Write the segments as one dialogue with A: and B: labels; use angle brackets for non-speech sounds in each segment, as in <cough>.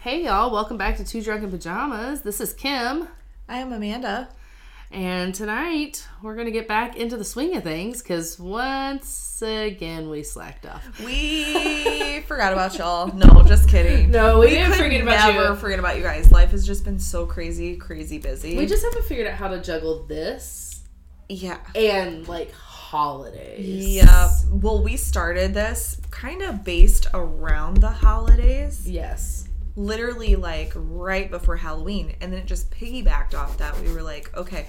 A: Hey y'all, welcome back to Two Drunken Pajamas. This is Kim,
B: I am Amanda.
A: and tonight we're gonna get back into the swing of things because once again we slacked off.
B: We
A: <laughs>
B: forgot about y'all. No, just kidding.
A: No, we didn't
B: could
A: forget about
B: never
A: you.
B: forget about you guys. Life has just been so crazy, crazy busy.
A: We just haven't figured out how to juggle this
B: yeah.
A: and like holidays.
B: Yep. Well, we started this kind of based around the holidays,
A: Yes.
B: literally like right before Halloween, and then it just piggybacked off that. We were like, okay,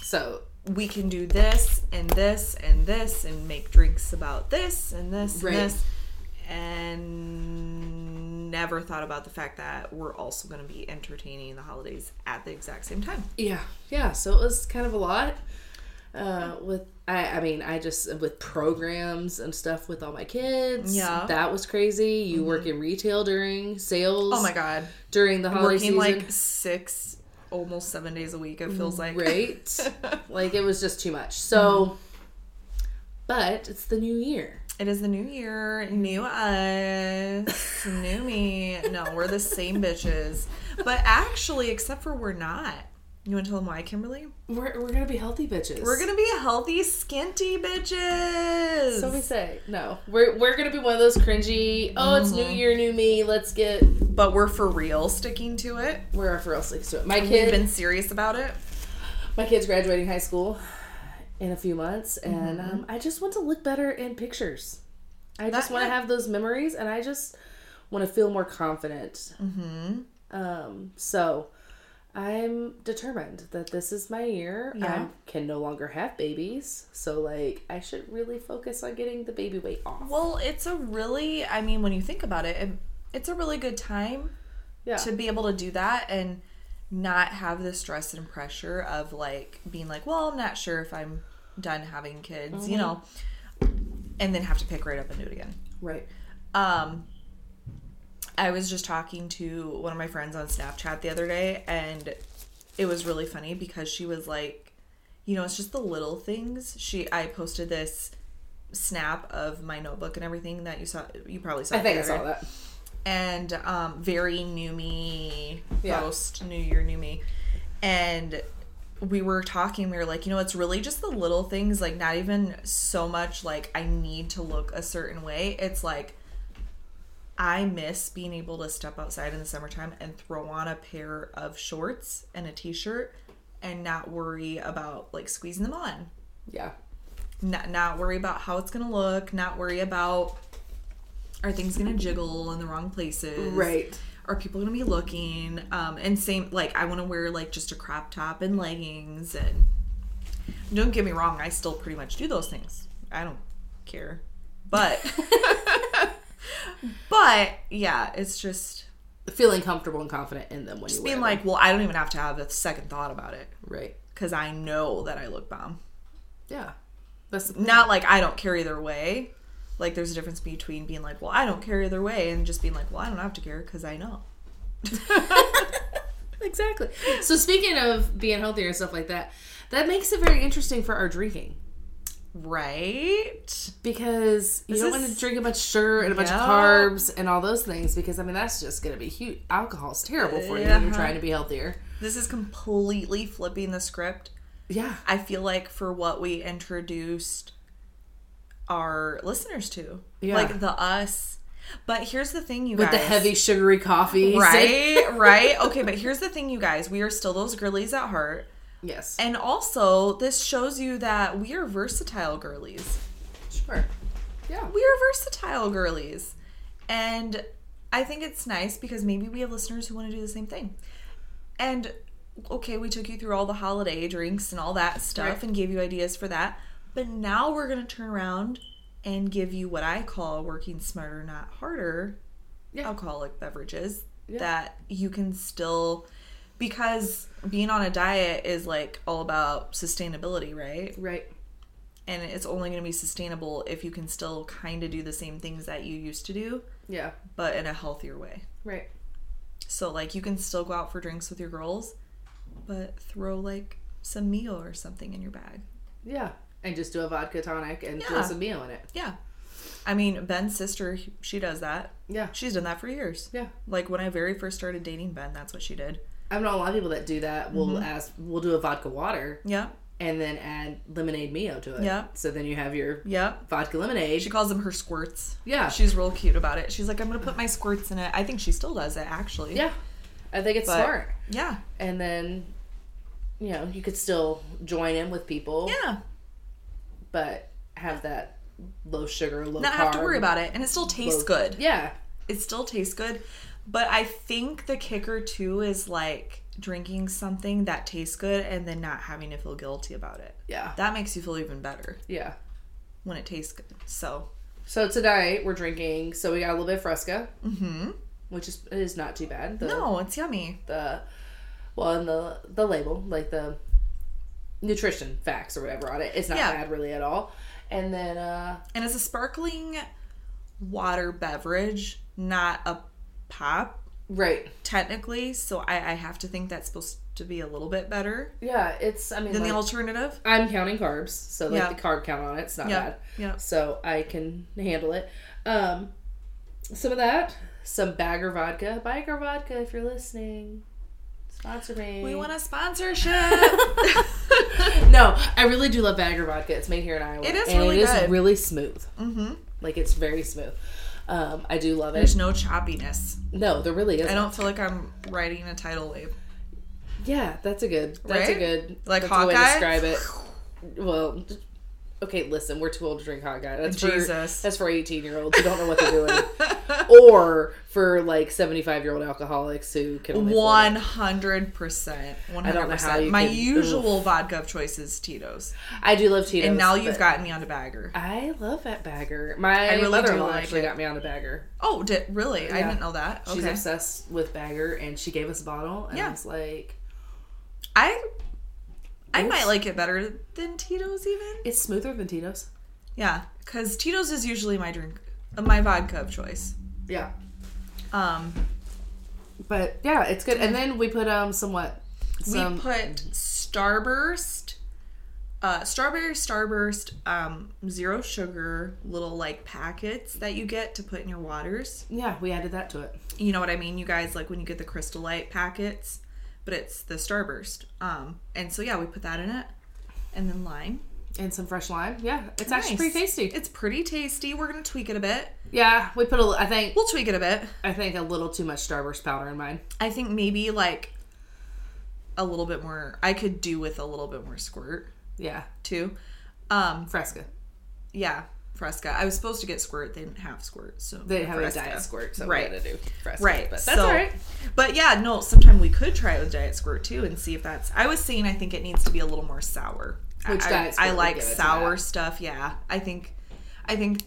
A: So
B: we can do this and this and this and make drinks about this and this
A: Right.
B: and this and never thought about the fact that we're also going to be entertaining the holidays at the exact same time
A: yeah, yeah. So it was kind of a lot. Uh, with I, I mean, I just with programs and stuff with all my kids.
B: Yeah.
A: that was crazy. You work in retail during sales.
B: oh my god
A: During the holiday
B: working
A: season, Mm,
B: like six almost seven days a week it feels like
A: right? <laughs> like it was just too much. So, but it's the new year.
B: it is the new year new us new me no we're the same bitches but actually except for we're not you want to tell them why kimberly
A: We're, we're gonna be healthy bitches.
B: We're gonna be healthy, skinty bitches.
A: So we say no. We're we're gonna be one of those cringy. Oh, it's new year, new me. Let's get.
B: but we're for real sticking to it.
A: We're for real sticks to it. My
B: We've
A: kid,
B: been serious about it.
A: my kid's graduating high school in a few months, and um, I just want to look better in pictures. I just
B: That-
A: want to
B: yeah.
A: have those memories, and I just want to feel more confident. Um, so I'm determined that this is my year.
B: Yeah.
A: I can no longer have babies, so like I should really focus on getting the baby weight off.
B: Well, it's a really, I mean, when you think about it, it- it's a really good time
A: Yeah,
B: to be able to do that and not have the stress and pressure of like being like, well, I'm not sure if I'm done having kids, you know, and then have to pick right up and do it again.
A: right.
B: Um, I was just talking to one of my friends on Snapchat the other day, and it was really funny because she was like, you know, it's just the little things. She, I posted this snap of my notebook and everything that you saw. You probably saw.
A: I think I
B: the other
A: saw
B: day.
A: that.
B: And um, very new me
A: Yeah.
B: post New Year, new me, and we were talking we were like you know it's really just the little things like not even so much like i need to look a certain way it's like i miss being able to step outside in the summertime and throw on a pair of shorts and a t-shirt and not worry about like squeezing them on
A: Yeah,
B: not, not worry about how it's gonna look not worry about are things gonna jiggle in the wrong places
A: right.
B: are people gonna be looking um and same like i want to wear like just a crop top and leggings and don't get me wrong i still pretty much do those things i don't care but but yeah it's just
A: Feeling comfortable and confident in them when you
B: being
A: wear
B: like well i don't even have to have a second thought about it
A: them. right.
B: because i know that i look bomb
A: Yeah, that's the
B: not like i don't care either way like there's a difference between being like well i don't care either way and just being like well i don't have to care because i know
A: Exactly. So speaking of being healthier and stuff like that, that makes it very interesting for our drinking
B: right
A: because you
B: This
A: don't
B: is-
A: want to drink a bunch of sugar and a bunch
B: Yeah.
A: of carbs and all those things because I mean that's just going to be huge. Alcohol's terrible for you when you're
B: Yeah.
A: trying to be healthier.
B: This is completely flipping the script.
A: Yeah.
B: I feel like for what we introduced our listeners to,
A: Yeah.
B: like the us. But here's the thing, you
A: With
B: guys.
A: the heavy sugary coffee.
B: right,
A: <laughs>
B: right. Okay, but here's the thing, you guys. We are still those girlies at heart,
A: yes.
B: and also this shows you that we are versatile girlies.
A: Sure. Yeah.
B: We are versatile girlies, and I think it's nice because maybe we have listeners who want to do the same thing. And okay, we took you through all the holiday drinks and all that stuff
A: Right.
B: and gave you ideas for that. But now we're going to turn around and give you what I call working smarter, not harder
A: Yeah.
B: alcoholic beverages
A: Yeah.
B: that you can still, because being on a diet is like all about sustainability, right?
A: Right.
B: And it's only going to be sustainable if you can still kind of do the same things that you used to do,
A: Yeah.
B: but in a healthier way.
A: Right.
B: So like you can still go out for drinks with your girls, but throw like some meal or something in your bag.
A: Yeah. And just do a vodka tonic and throw
B: Yeah.
A: some meal in it.
B: Yeah. I mean, Ben's sister, he- she does that.
A: Yeah.
B: She's done that for years.
A: Yeah.
B: Like when I very first started dating Ben, that's what she did.
A: I know a lot of people that do that will
B: Mm-hmm.
A: ask, we'll do a vodka water
B: Yep.
A: and then add lemonade mio to it.
B: Yeah.
A: So then you have your
B: Yep.
A: vodka lemonade.
B: She calls them her squirts.
A: yeah.
B: She's real cute about it. She's like, I'm gonna put my squirts in it. I think she still does it actually.
A: yeah. I think it's
B: But-
A: smart.
B: Yeah.
A: And then, you know, you could still join in with people,
B: Yeah.
A: but have that low sugar, low
B: Not
A: carb.
B: have to worry about it. And it still tastes
A: low-
B: good.
A: Yeah.
B: it still tastes good but i think the kicker too is like drinking something that tastes good and then not having to feel guilty about it
A: Yeah.
B: that makes you feel even better
A: Yeah.
B: when it tastes good so
A: So tonight we're drinking. So we got a little bit of Fresca,
B: mm-hmm
A: which is it is not too bad. The,
B: no it's yummy
A: The well, and the the label, like the nutrition facts or whatever on it, it's not
B: Yeah.
A: bad really at all. And then uh
B: and it's a sparkling water beverage not a pop
A: right,
B: technically so i, I have to think that's supposed to be a little bit better
A: yeah, it's I mean
B: than
A: like,
B: the alternative
A: I'm counting carbs, so like
B: Yeah.
A: the carb count on it's not
B: yeah
A: bad.
B: yeah
A: so I can handle it. Um, some of that, some bagger vodka, bagger vodka. If you're listening, sponsor me.
B: we want a sponsorship <laughs>
A: no, I really do love bagger vodka. It's made here in Iowa.
B: It is
A: and
B: really
A: it is
B: good.
A: really smooth.
B: mm-hmm.
A: Like it's very smooth. Um, I do love it.
B: there's no choppiness
A: No, there really
B: I
A: isn't.
B: don't feel like I'm riding a tidal wave.
A: Yeah, that's a good. That's a
B: Right?
A: good.
B: Like
A: that's a way to
B: Hawkeye?
A: describe it.
B: <sighs>
A: Well. Okay, listen. We're too old to drink hot guy. That's
B: Jesus.
A: For, that's for eighteen-year-olds who don't know what they're doing.
B: <laughs>
A: or for like 75 year old alcoholics who can only afford
B: One hundred percent. One
A: don't
B: hundred
A: know how you
B: percent. My
A: could-
B: usual vodka of choice is Tito's,
A: it. I do love Tito's.
B: and now you've
A: but
B: gotten me on a bagger.
A: I love that bagger. My
B: I really
A: mother-in-law
B: do like
A: actually
B: it.
A: got me on a bagger.
B: Oh, did really? I
A: Yeah.
B: didn't know that.
A: She's
B: Okay,
A: obsessed with bagger, and she gave us a bottle, and
B: Yeah.
A: I was like,
B: I I
A: Oops.
B: might like it better than Tito's even.
A: "It's smoother than Tito's."
B: Yeah, because Tito's is usually my drink, uh, my vodka of choice.
A: Yeah,
B: Um,
A: but yeah, it's good. And then we put um some what? Some
B: we put Starburst, uh, strawberry Starburst, um, zero sugar little like packets that you get to put in your waters.
A: yeah, we added that to it.
B: You know what I mean, you guys? Like when you get the Crystal Light packets, but it's the Starburst. Um, and so yeah, we put that in it, and then lime.
A: And some fresh lime. Yeah, it's actually
B: Nice.
A: pretty tasty.
B: It's pretty tasty. We're gonna tweak it a bit.
A: Yeah, we put a. li- I think
B: We'll tweak it a bit.
A: I think a little too much Starburst powder in mine.
B: I think maybe like a little bit more. I could do with a little bit more squirt
A: Yeah,
B: too. Um,
A: Fresca.
B: Yeah, Fresca. I was supposed to get Squirt. They didn't have Squirt, so
A: They have
B: Fresca.
A: a diet squirt, so
B: Right.
A: we gotta do Fresca.
B: Right,
A: but that's
B: so-
A: all right.
B: But yeah, no. Sometime we could try it with Diet Squirt too and see if that's. I was saying I think it needs to be a little more sour.
A: Which
B: I,
A: Diet Squirt
B: I
A: would
B: like
A: give it to
B: sour
A: that.
B: stuff. Yeah, I think, I think,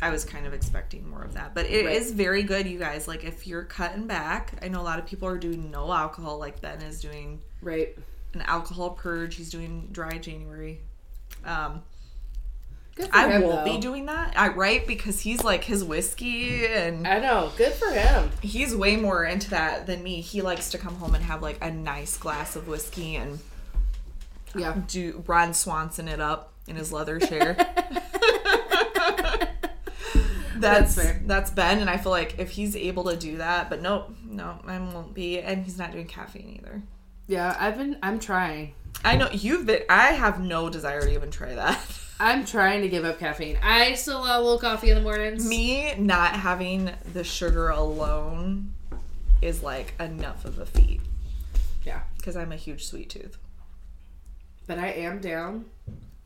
B: I was kind of expecting more of that, but it is
A: Right.
B: very good, you guys. Like if you're cutting back, I know a lot of people are doing no alcohol. Like Ben is doing
A: Right.
B: an alcohol purge. He's doing dry January. Um,
A: Good for
B: I
A: him,
B: won't
A: though.
B: be doing that. I right because he's like his whiskey and
A: I know. Good for him.
B: he's way more into that than me. He likes to come home and have like a nice glass of whiskey and
A: Yeah.
B: do Ron Swanson it up in his leather chair. <laughs> that's
A: <laughs> That's fair.
B: that's Ben and I feel like if he's able to do that, but nope, no, I won't be and he's not doing caffeine either.
A: Yeah, I've been I'm trying.
B: I know you've been I have no desire to even try that. <laughs>
A: I'm trying to give up caffeine. I still allow a little coffee in the mornings.
B: me not having the sugar alone is like enough of a feat
A: Yeah.
B: because I'm a huge sweet tooth.
A: But I am down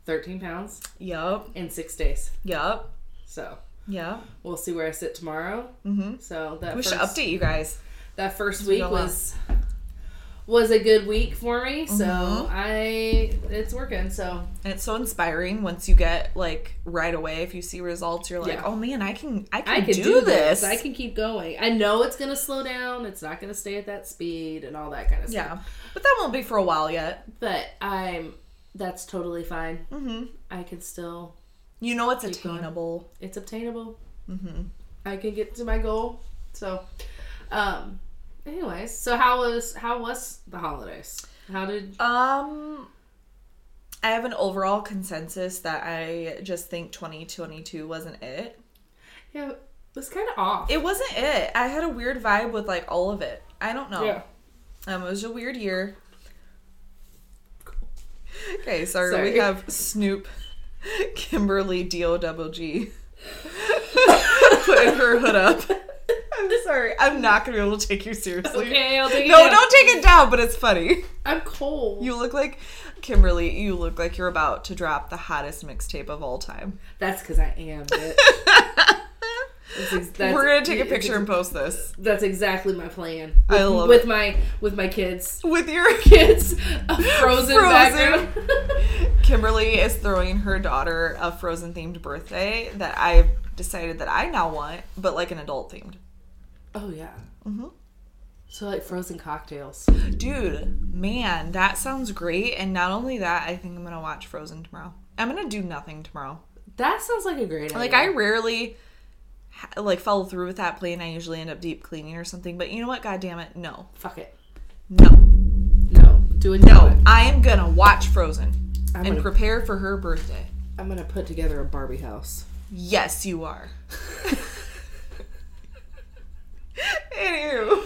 A: 13 pounds
B: Yup,
A: in 6 days.
B: yup,
A: So,
B: yup.
A: we'll see where I sit tomorrow.
B: Mm-hmm.
A: So, that
B: We
A: first,
B: should update you guys.
A: that first
B: we
A: week
B: go up.
A: was was a good week for me.
B: Mm-hmm.
A: So, I it's working. So,
B: And it's so inspiring once you get like right away. If you see results, you're like,
A: Yeah.
B: oh man, I can, I can,
A: I can
B: do,
A: do,
B: this.
A: this. I can keep going. I know it's going to slow down. It's not going to stay at that speed and all that kind of stuff.
B: yeah, but that won't be for a while yet.
A: But I'm that's totally fine.
B: Mm-hmm.
A: I can still
B: You know it's
A: going.
B: attainable.
A: it's obtainable.
B: Mm-hmm.
A: I can get to my goal. So um anyways, so how was how was the holidays? How did
B: Um, I have an overall consensus that I just think 2022 wasn't it.
A: Yeah, it was kind of off.
B: It wasn't it. I had a weird vibe with like all of it. I don't know.
A: Yeah.
B: Um, it was a weird year. Okay, sorry.
A: Sorry.
B: We have Snoop, Kimberly Do Double G, putting her hood up. I'm sorry. I'm not gonna be able to take you seriously.
A: Okay, I'll take it
B: No,
A: down.
B: don't take it down. But it's funny.
A: I'm cold.
B: You look like Kimberly. You look like you're about to drop the hottest mixtape of all time.
A: That's because I am.
B: <laughs>
A: Bitch. That's ex- that's-
B: We're gonna take a picture and
A: <laughs>
B: post this
A: That's exactly my plan.
B: I
A: With,
B: love
A: with
B: it.
A: my with my kids. <laughs>
B: with your
A: Kids, a frozen,
B: Frozen.
A: background. <laughs>
B: Kimberly is throwing her daughter a frozen themed birthday that I've decided that I now want, but like an adult themed.
A: oh yeah.
B: Mm-hmm.
A: So like frozen cocktails.
B: Dude, man, that sounds great. And not only that, I think I'm gonna watch Frozen tomorrow. I'm gonna do nothing tomorrow.
A: That sounds like a great idea.
B: Like I rarely ha- like follow through with that plan. I usually end up deep cleaning or something. But you know what? God damn it, no,
A: fuck it.
B: no,
A: No, do it.
B: no. I am gonna watch Frozen
A: I'm
B: and
A: gonna,
B: prepare for her birthday.
A: I'm gonna put together a Barbie house.
B: Yes,
A: <laughs>
B: you are. <laughs> Anywho.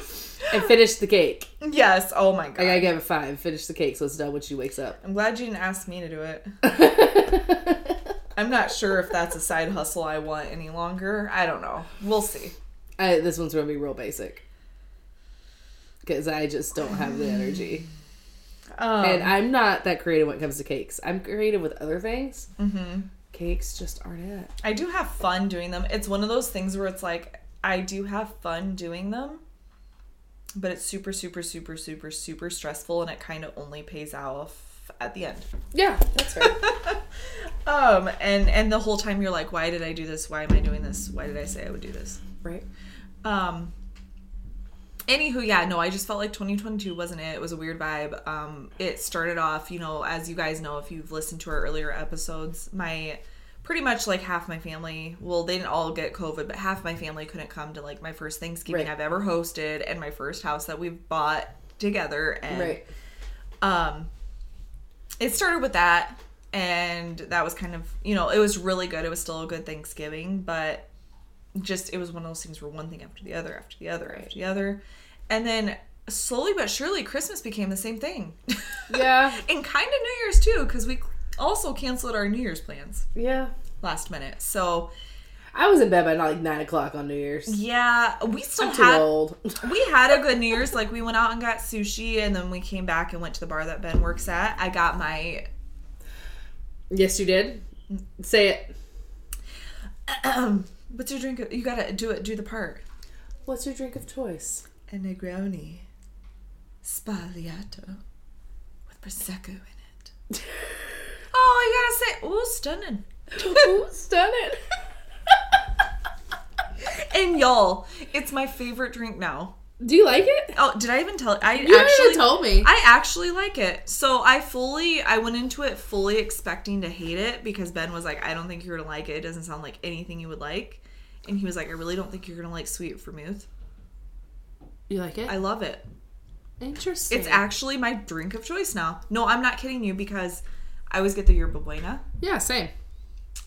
A: And finish the cake.
B: Yes, oh my
A: I
B: god.
A: gotta give it five. Finish the cake so it's done when she wakes up.
B: I'm glad you didn't ask me to do it. I'm not sure if that's a side hustle I want any longer. I don't know. We'll see.
A: I, this one's gonna be real basic. Because I just don't have the energy.
B: Um,
A: and I'm not that creative when it comes to cakes. I'm creative with other things. Mm-hmm. Cakes just aren't it.
B: I do have fun doing them. It's one of those things where it's like, I do have fun doing them, but it's super, super, super, super, super stressful and it kind of only pays off at the end.
A: Yeah, that's right.
B: Um, and and the whole time you're like, why did I do this? Why am I doing this? Why did I say I would do this?
A: <laughs> right.
B: Um. Anywho, yeah, no, I just felt like 2022 wasn't it. It was a weird vibe. Um, it started off, you know, as you guys know, if you've listened to our earlier episodes, my pretty much like half my family, well, they didn't all get COVID, but half my family couldn't come to like my first Thanksgiving
A: Right.
B: I've ever hosted and my first house that we've bought together. And
A: Right.
B: um it started with that and that was kind of you know it was really good it was still a good thanksgiving but just it was one of those things where one thing after the other after the other after the other and then slowly but surely christmas became the same thing
A: Yeah.
B: <laughs> and kind of new year's too because we also canceled our new year's plans
A: Yeah.
B: last minute so
A: I was in bed by like nine o'clock on New Year's.
B: yeah we still
A: I'm too
B: had
A: old. <laughs>
B: we had a good New Year's. Like we went out and got sushi, and then we came back and went to the bar that Ben works at. I got my
A: yes, you did. Say it.
B: Um, what's your drink? of- You gotta do it. Do the part.
A: What's your drink of choice?
B: A Negroni, spagliato, with prosecco in it.
A: <laughs>
B: oh, you gotta say, ooh, stunning.
A: Ooh, stun it.
B: And y'all, it's my favorite drink now.
A: <laughs> Do you like it?
B: Oh, did I even tell? I
A: You actually
B: actually
A: even told me.
B: I actually like it. So I fully, I went into it fully expecting to hate it because Ben was like, I don't think you're gonna like it. It doesn't sound like anything you would like. And he was like, I really don't think you're gonna like sweet vermouth.
A: you like it?
B: I love it.
A: Interesting.
B: It's actually my drink of choice now. No, I'm not kidding you because I always get the yerba buena.
A: yeah, same.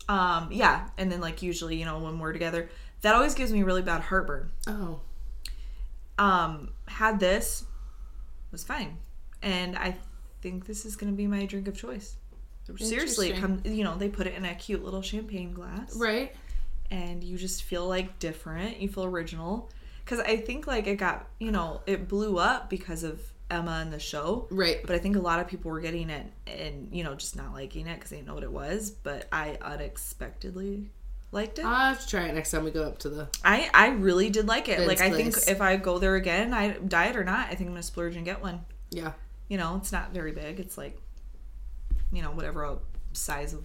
B: Um, yeah, and then like usually, you know, when we're together, that always gives me really bad heartburn.
A: Oh,
B: Um, had this was fine, and I think this is gonna be my drink of choice. Seriously, it come
A: Interesting.
B: you know they put it in a cute little champagne glass,
A: right.
B: and you just feel like different. You feel original because I think like it got you know it blew up because of Emma and the show.
A: Right.
B: but I think a lot of people were getting it and you know just not liking it because they didn't know what it was. But I unexpectedly liked it.
A: I'll have to try it next time we go up to the.
B: I I really did like it.
A: Ben's
B: like I think
A: place.
B: if I go there again, I diet or not, I think I'm gonna splurge and get one.
A: Yeah.
B: You know, it's not very big. It's like you know whatever a size of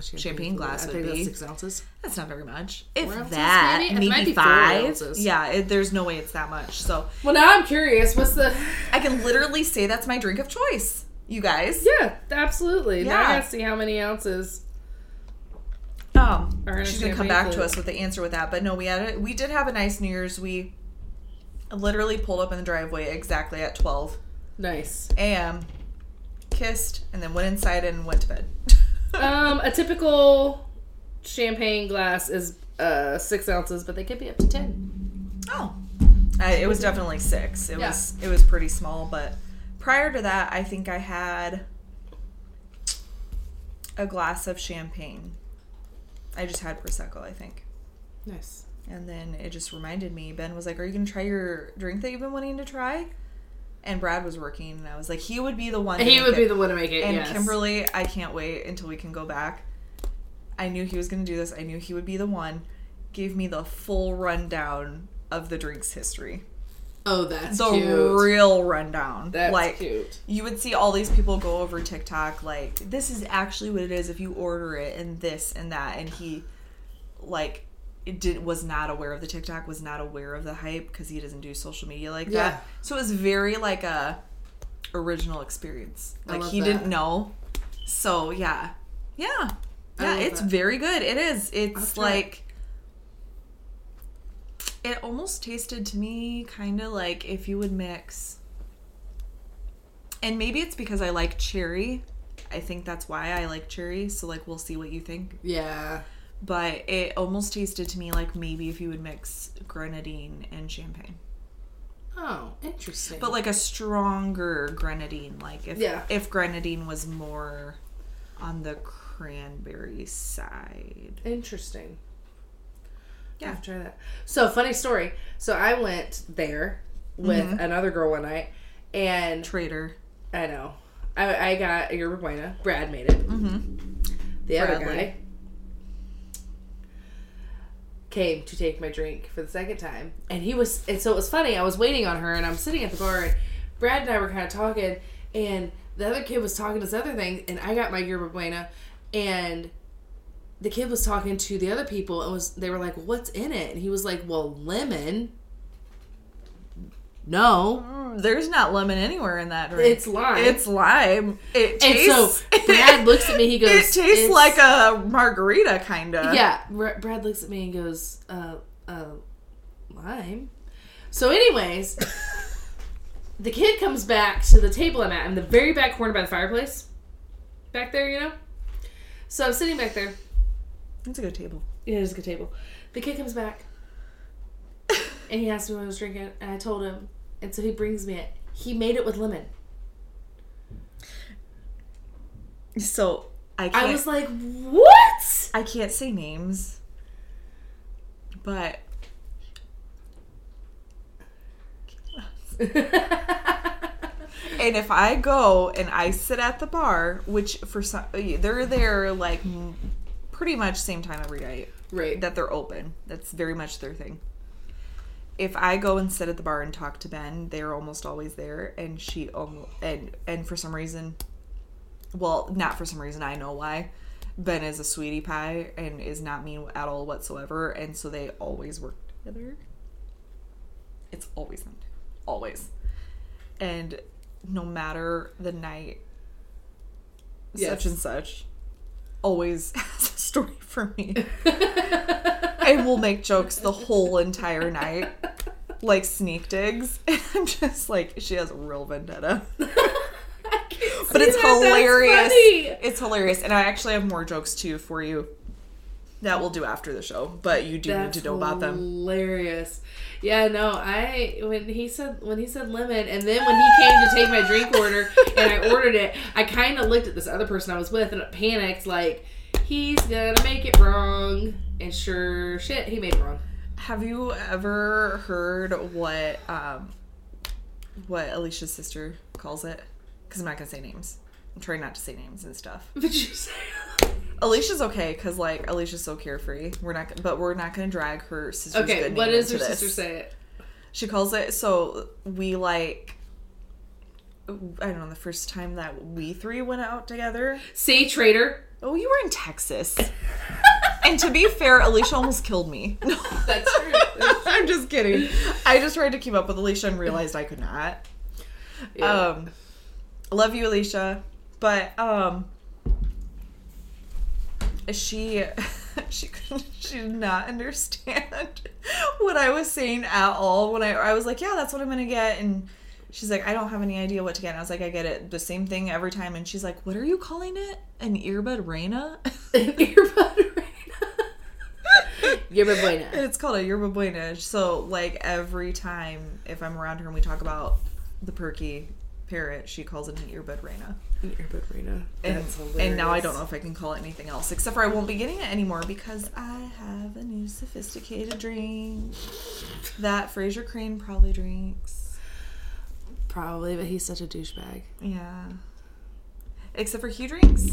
A: Champagne,
B: glass
A: I
B: would
A: think that's
B: be.
A: six ounces.
B: that's not very much. If
A: ounces,
B: that
A: maybe? It
B: maybe,
A: might be four
B: five.
A: ounces.
B: Yeah, it, there's no way it's that much. So
A: Well, now I'm curious. What's the?
B: I can literally say that's my drink of choice. You guys,
A: Yeah, absolutely. Now I
B: Yeah.
A: gotta see how many ounces.
B: Um,
A: Or in a
B: she's gonna come
A: champagne
B: back to
A: flute.
B: us with the answer with that. But no, we had a, we did have a nice New Year's. We literally pulled up in the driveway exactly at twelve
A: Nice.
B: a.m. Kissed and then went <laughs> inside and went to bed.
A: Um, a typical champagne glass is uh, six ounces, but they could be up to ten.
B: Oh, I, it was definitely six. It
A: Yeah.
B: was it was pretty small, but prior to that, I think I had a glass of champagne. I just had prosecco, I think,
A: Nice.
B: and then it just reminded me. Ben was like, "Are you gonna try your drink that you've been wanting to try?" And Brad was working, and I was like, "He would be the one." to
A: He
B: make
A: would be
B: it."
A: the one to make it.
B: And
A: yes.
B: Kimberly, I can't wait until we can go back. I knew he was going to do this. I knew he would be the one. Gave me the full rundown of the drink's history.
A: Oh, that's
B: The
A: cute.
B: real rundown.
A: that's
B: like
A: cute.
B: you would see all these people go over TikTok like this is actually what it is if you order it and this and that and he like it did was not aware of the TikTok was not aware of the hype because he doesn't do social media like
A: Yeah.
B: that so it was very like a original experience
A: I
B: like
A: love
B: he
A: that.
B: didn't know so yeah yeah
A: I
B: yeah
A: love
B: it's
A: that.
B: very good it is
A: I'll
B: it's
A: try it.
B: like it almost tasted to me kind of like if you would mix and maybe it's because I like cherry. I think that's why I like cherry. So like we'll see what you think.
A: Yeah.
B: But it almost tasted to me like maybe if you would mix grenadine and champagne.
A: Oh, interesting.
B: But like a stronger grenadine, like if
A: Yeah.
B: if grenadine was more on the cranberry side.
A: Interesting.
B: Yeah.
A: I'll try that. So funny story. So I went there with
B: Mm-hmm.
A: another girl one night, and
B: Traitor.
A: I know I, I got a yerba buena. Brad made it.
B: Mhm.
A: The other
B: Bradley.
A: guy came to take my drink for the second time, and he was. And so it was funny. I was waiting on her, and I'm sitting at the bar, and Brad and I were kind of talking, and the other kid was talking to this other thing, and I got my yerba buena, and the kid was talking to the other people and was they were like, "What's in it?" And he was like, "Well, lemon." No,
B: Mm, There's not lemon anywhere in that drink.
A: it's lime.
B: It's lime. It
A: and
B: tastes
A: so Brad looks at me.
B: <laughs>
A: He goes,
B: It tastes
A: "It's-
B: like a margarita kind of.
A: yeah." Br- Brad looks at me and goes, "Uh, uh, lime." So, anyways, the kid comes back to the table I'm at. I'm the very back corner by the fireplace, back there, you know. So I'm sitting back there.
B: It's a
A: <laughs>
B: good table.
A: Yeah, it is a good table. The kid comes back and he asked me what I was drinking, and I told him, and so he brings me it. He made it with lemon.
B: So I can't
A: I was like, "What?" <laughs>
B: I can't say names, but and if I go and I sit at the bar, which for some they're there like m- pretty much same time every night
A: right.
B: that they're open. That's very much their thing. If I go and sit at the bar and talk to Ben, they're almost always there, and she almost, and and for some reason, well, not for some reason, I know why. Ben is a sweetie pie and is not mean at all whatsoever, and so they always work together. It's always them, two. always, and no matter the night,
A: Yes.
B: such and such, always <laughs> has a story for me and we'll make jokes the whole entire night, like sneak digs. <laughs> And I'm just like, she has a real vendetta. <laughs> But it's hilarious. It's hilarious. And I actually have more jokes too for you that we'll do after the show, but you do
A: That's
B: need to know about them.
A: Hilarious. Yeah, no, I when he said when he said lemon, and then when he came to take my drink order and I ordered it, I kind of looked at this other person I was with and panicked, like he's gonna make it wrong. And sure, shit, he made it wrong. <laughs>
B: Have you ever heard what um what Alicia's sister calls it? Because I'm not gonna say names. I'm trying not to say names and stuff.
A: But you say
B: Alicia's okay because like Alicia's so carefree. We're not, but we're not gonna drag her sister's
A: okay.
B: good
A: What
B: name
A: does your
B: into this.
A: sister say? It.
B: She calls it so we like. I don't know the first time that we three went out together.
A: Say traitor. <laughs>
B: Oh, you were in Texas. and to be fair, Alicia almost killed me. <laughs>
A: That's true.
B: I'm just kidding. I just tried to keep up with Alicia and realized I could not.
A: Yeah.
B: Um, love you, Alicia, but um, she <laughs> she couldn't she did not understand <laughs> what I was saying at all. When I I was like, yeah, that's what I'm gonna get, and she's like, I don't have any idea what to get. And I was like, I get it, the same thing every time. And she's like, what are you calling it? An earbud Reina?
A: An earbud. Raina. <laughs> Yerba buena.
B: <laughs> It's called a yerba buena. So like every time if I'm around her and we talk about the perky parrot, she calls it an earbud reina.
A: Yerba buena.
B: And,
A: That's hilarious.
B: and now I don't know if I can call it anything else, except for I won't be getting it anymore because I have a new sophisticated drink that Fraser Crane probably drinks.
A: Probably, but he's such a douchebag.
B: Yeah. Except for he drinks.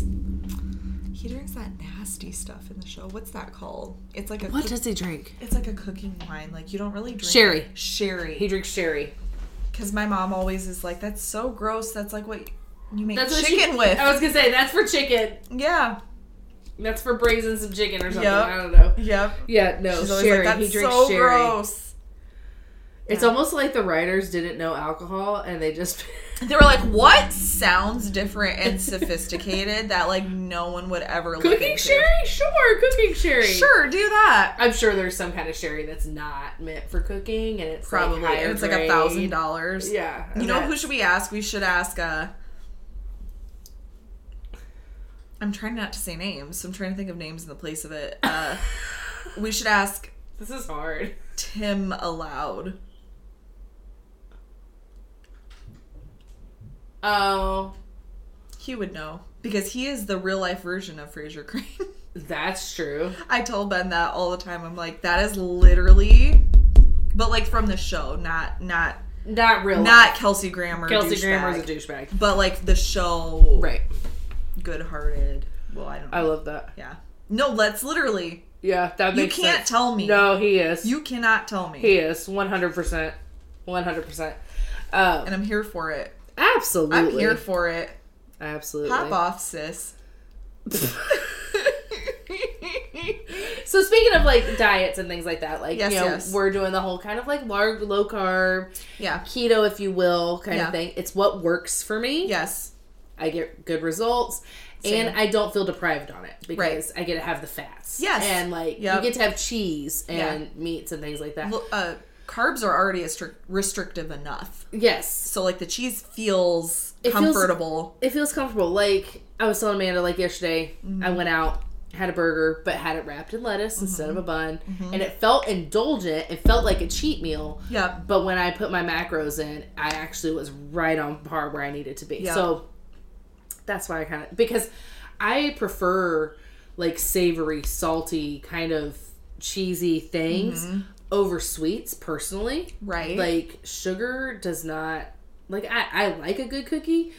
B: He drinks that nasty stuff in the show. What's that called? It's like a
A: What
B: cook-
A: does he drink?
B: it's like a cooking wine. Like you don't really drink
A: Sherry. He
B: Sherry.
A: drinks sherry.
B: Because my mom always is like, that's so gross. That's like what you make
A: That's what she- Oh.
B: chicken with.
A: I was gonna say that's for chicken.
B: yeah.
A: That's for braising some chicken or something.
B: Yep.
A: I don't know.
B: Yep.
A: Yeah, no,
B: She's always
A: Oh, sherry.
B: like, that's
A: he drinks
B: so
A: sherry.
B: gross.
A: It's almost like the writers didn't know alcohol and they just <laughs>
B: They were like, what sounds different and sophisticated that like no one would ever look
A: cooking
B: into?
A: sherry. Sure, cooking sherry.
B: Sure, do that.
A: I'm sure there's some kind of sherry that's not meant for cooking, and it's
B: Probably.
A: Like higher
B: and it's like a
A: grade.
B: thousand dollars.
A: Yeah.
B: You know who
A: that's-
B: should we ask? We should ask. Uh, I'm trying not to say names. So I'm trying to think of names in the place of it.
A: <laughs>
B: Uh, we should ask
A: <laughs> This is hard.
B: Tim aloud.
A: Oh,
B: He would know because he is the real life version of Fraser Crane.
A: that's true.
B: I tell Ben that all the time. I'm like, that is literally, but like from the show, not not
A: Not real.
B: not Kelsey Grammer.
A: Kelsey
B: douchebag,
A: Grammer's a douchebag.
B: but like the show,
A: Right. Oh.
B: Good hearted. Well, I don't. know.
A: I love that.
B: yeah. No, let's literally.
A: Yeah, that
B: You
A: makes
B: can't
A: sense.
B: tell me.
A: No, he is.
B: You cannot tell me.
A: He is one hundred percent, one hundred percent. Um,
B: And I'm here for it.
A: absolutely,
B: I'm here for it.
A: absolutely.
B: Pop off,
A: <laughs>
B: sis. <laughs>
A: so speaking of like diets and things like that, like
B: Yes,
A: you know,
B: yes.
A: we're doing the whole kind of like large, low carb,
B: yeah.
A: keto, if you will, kind
B: Yeah.
A: of thing. It's what works for me.
B: Yes.
A: I get good results,
B: Same.
A: and I don't feel deprived on it because I get to have the fats.
B: Yes.
A: and like
B: Yep.
A: you get to have cheese and
B: Yeah.
A: meats and things like that.
B: Well, uh, carbs are already restric- restrictive enough.
A: yes,
B: So, like, the cheese feels
A: It feels-
B: comfortable.
A: it feels comfortable. Like I was telling Amanda, like yesterday, I went out, had a burger, but had it wrapped in lettuce instead of a bun, and it felt indulgent. It felt like a cheat meal.
B: yep.
A: But when I put my macros in, I actually was right on par where I needed to be.
B: Yeah.
A: So that's why I kind of because I prefer like savory, salty kind of cheesy things over sweets personally
B: Right.
A: like sugar does not like I, I like a good cookie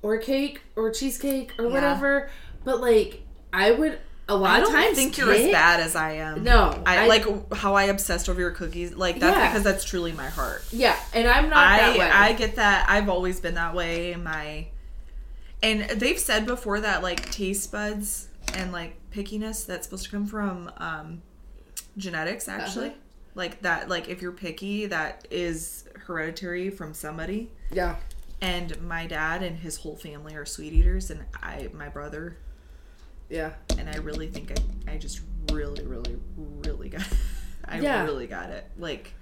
A: or cake or cheesecake or whatever but like i would a lot
B: I
A: of
B: don't
A: times
B: think you're as
A: pick-
B: bad as I am.
A: no
B: I, like how I obsessed over your cookies. Like, that's
A: Yeah.
B: because that's truly my heart.
A: yeah and i'm not that way
B: I I get that. I've always been that way. in My and they've said before that like taste buds and like pickiness that's supposed to come from um, genetics actually.
A: Uh-huh.
B: Like that. Like if you're picky, that is hereditary from somebody.
A: yeah
B: And my dad and his whole family are sweet eaters, and I my brother
A: yeah
B: and I really think I I just really really really got. I
A: Yeah.
B: really got it. Like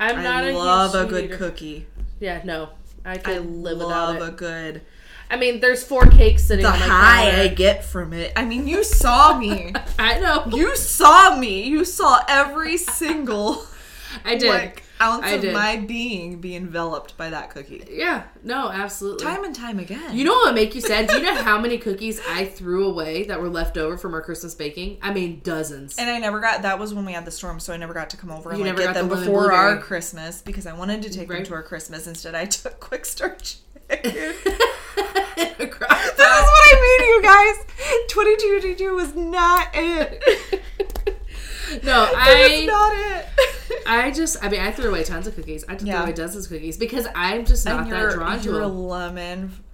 A: i'm not
B: I
A: a
B: love
A: huge
B: a good
A: eater.
B: cookie.
A: yeah no i could
B: I
A: live
B: love
A: without
B: a
A: it
B: good
A: i mean there's four cakes sitting
B: the
A: on my
B: high I
A: counter.
B: get from it. I mean, you saw
A: <laughs>
B: me.
A: i know
B: you saw me. You saw every single
A: i did
B: like ounce
A: I
B: of
A: did.
B: my being be enveloped by that cookie.
A: yeah no absolutely
B: Time and time again.
A: You know what would make you sad? Do you know how many cookies I threw away that were left over from our Christmas baking? I mean, dozens.
B: and I never got that was when we had the storm, so I never got to come over and
A: You
B: like
A: never got
B: get them
A: the one in
B: before our
A: blueberry.
B: Christmas because I wanted to take them
A: Right.
B: to our Christmas. Instead, I took <laughs> quick starch.
A: <laughs>
B: chicken.
A: Across
B: This is
A: that.
B: what I mean, you guys. 2222 was not it. <laughs>
A: no,
B: It's
A: I
B: not it.
A: I just I mean I threw away tons of cookies. I threw
B: Yeah.
A: away dozens of cookies because I'm just not
B: <laughs> and
A: that
B: you're,
A: drawn to
B: you're a
A: them.
B: lemon.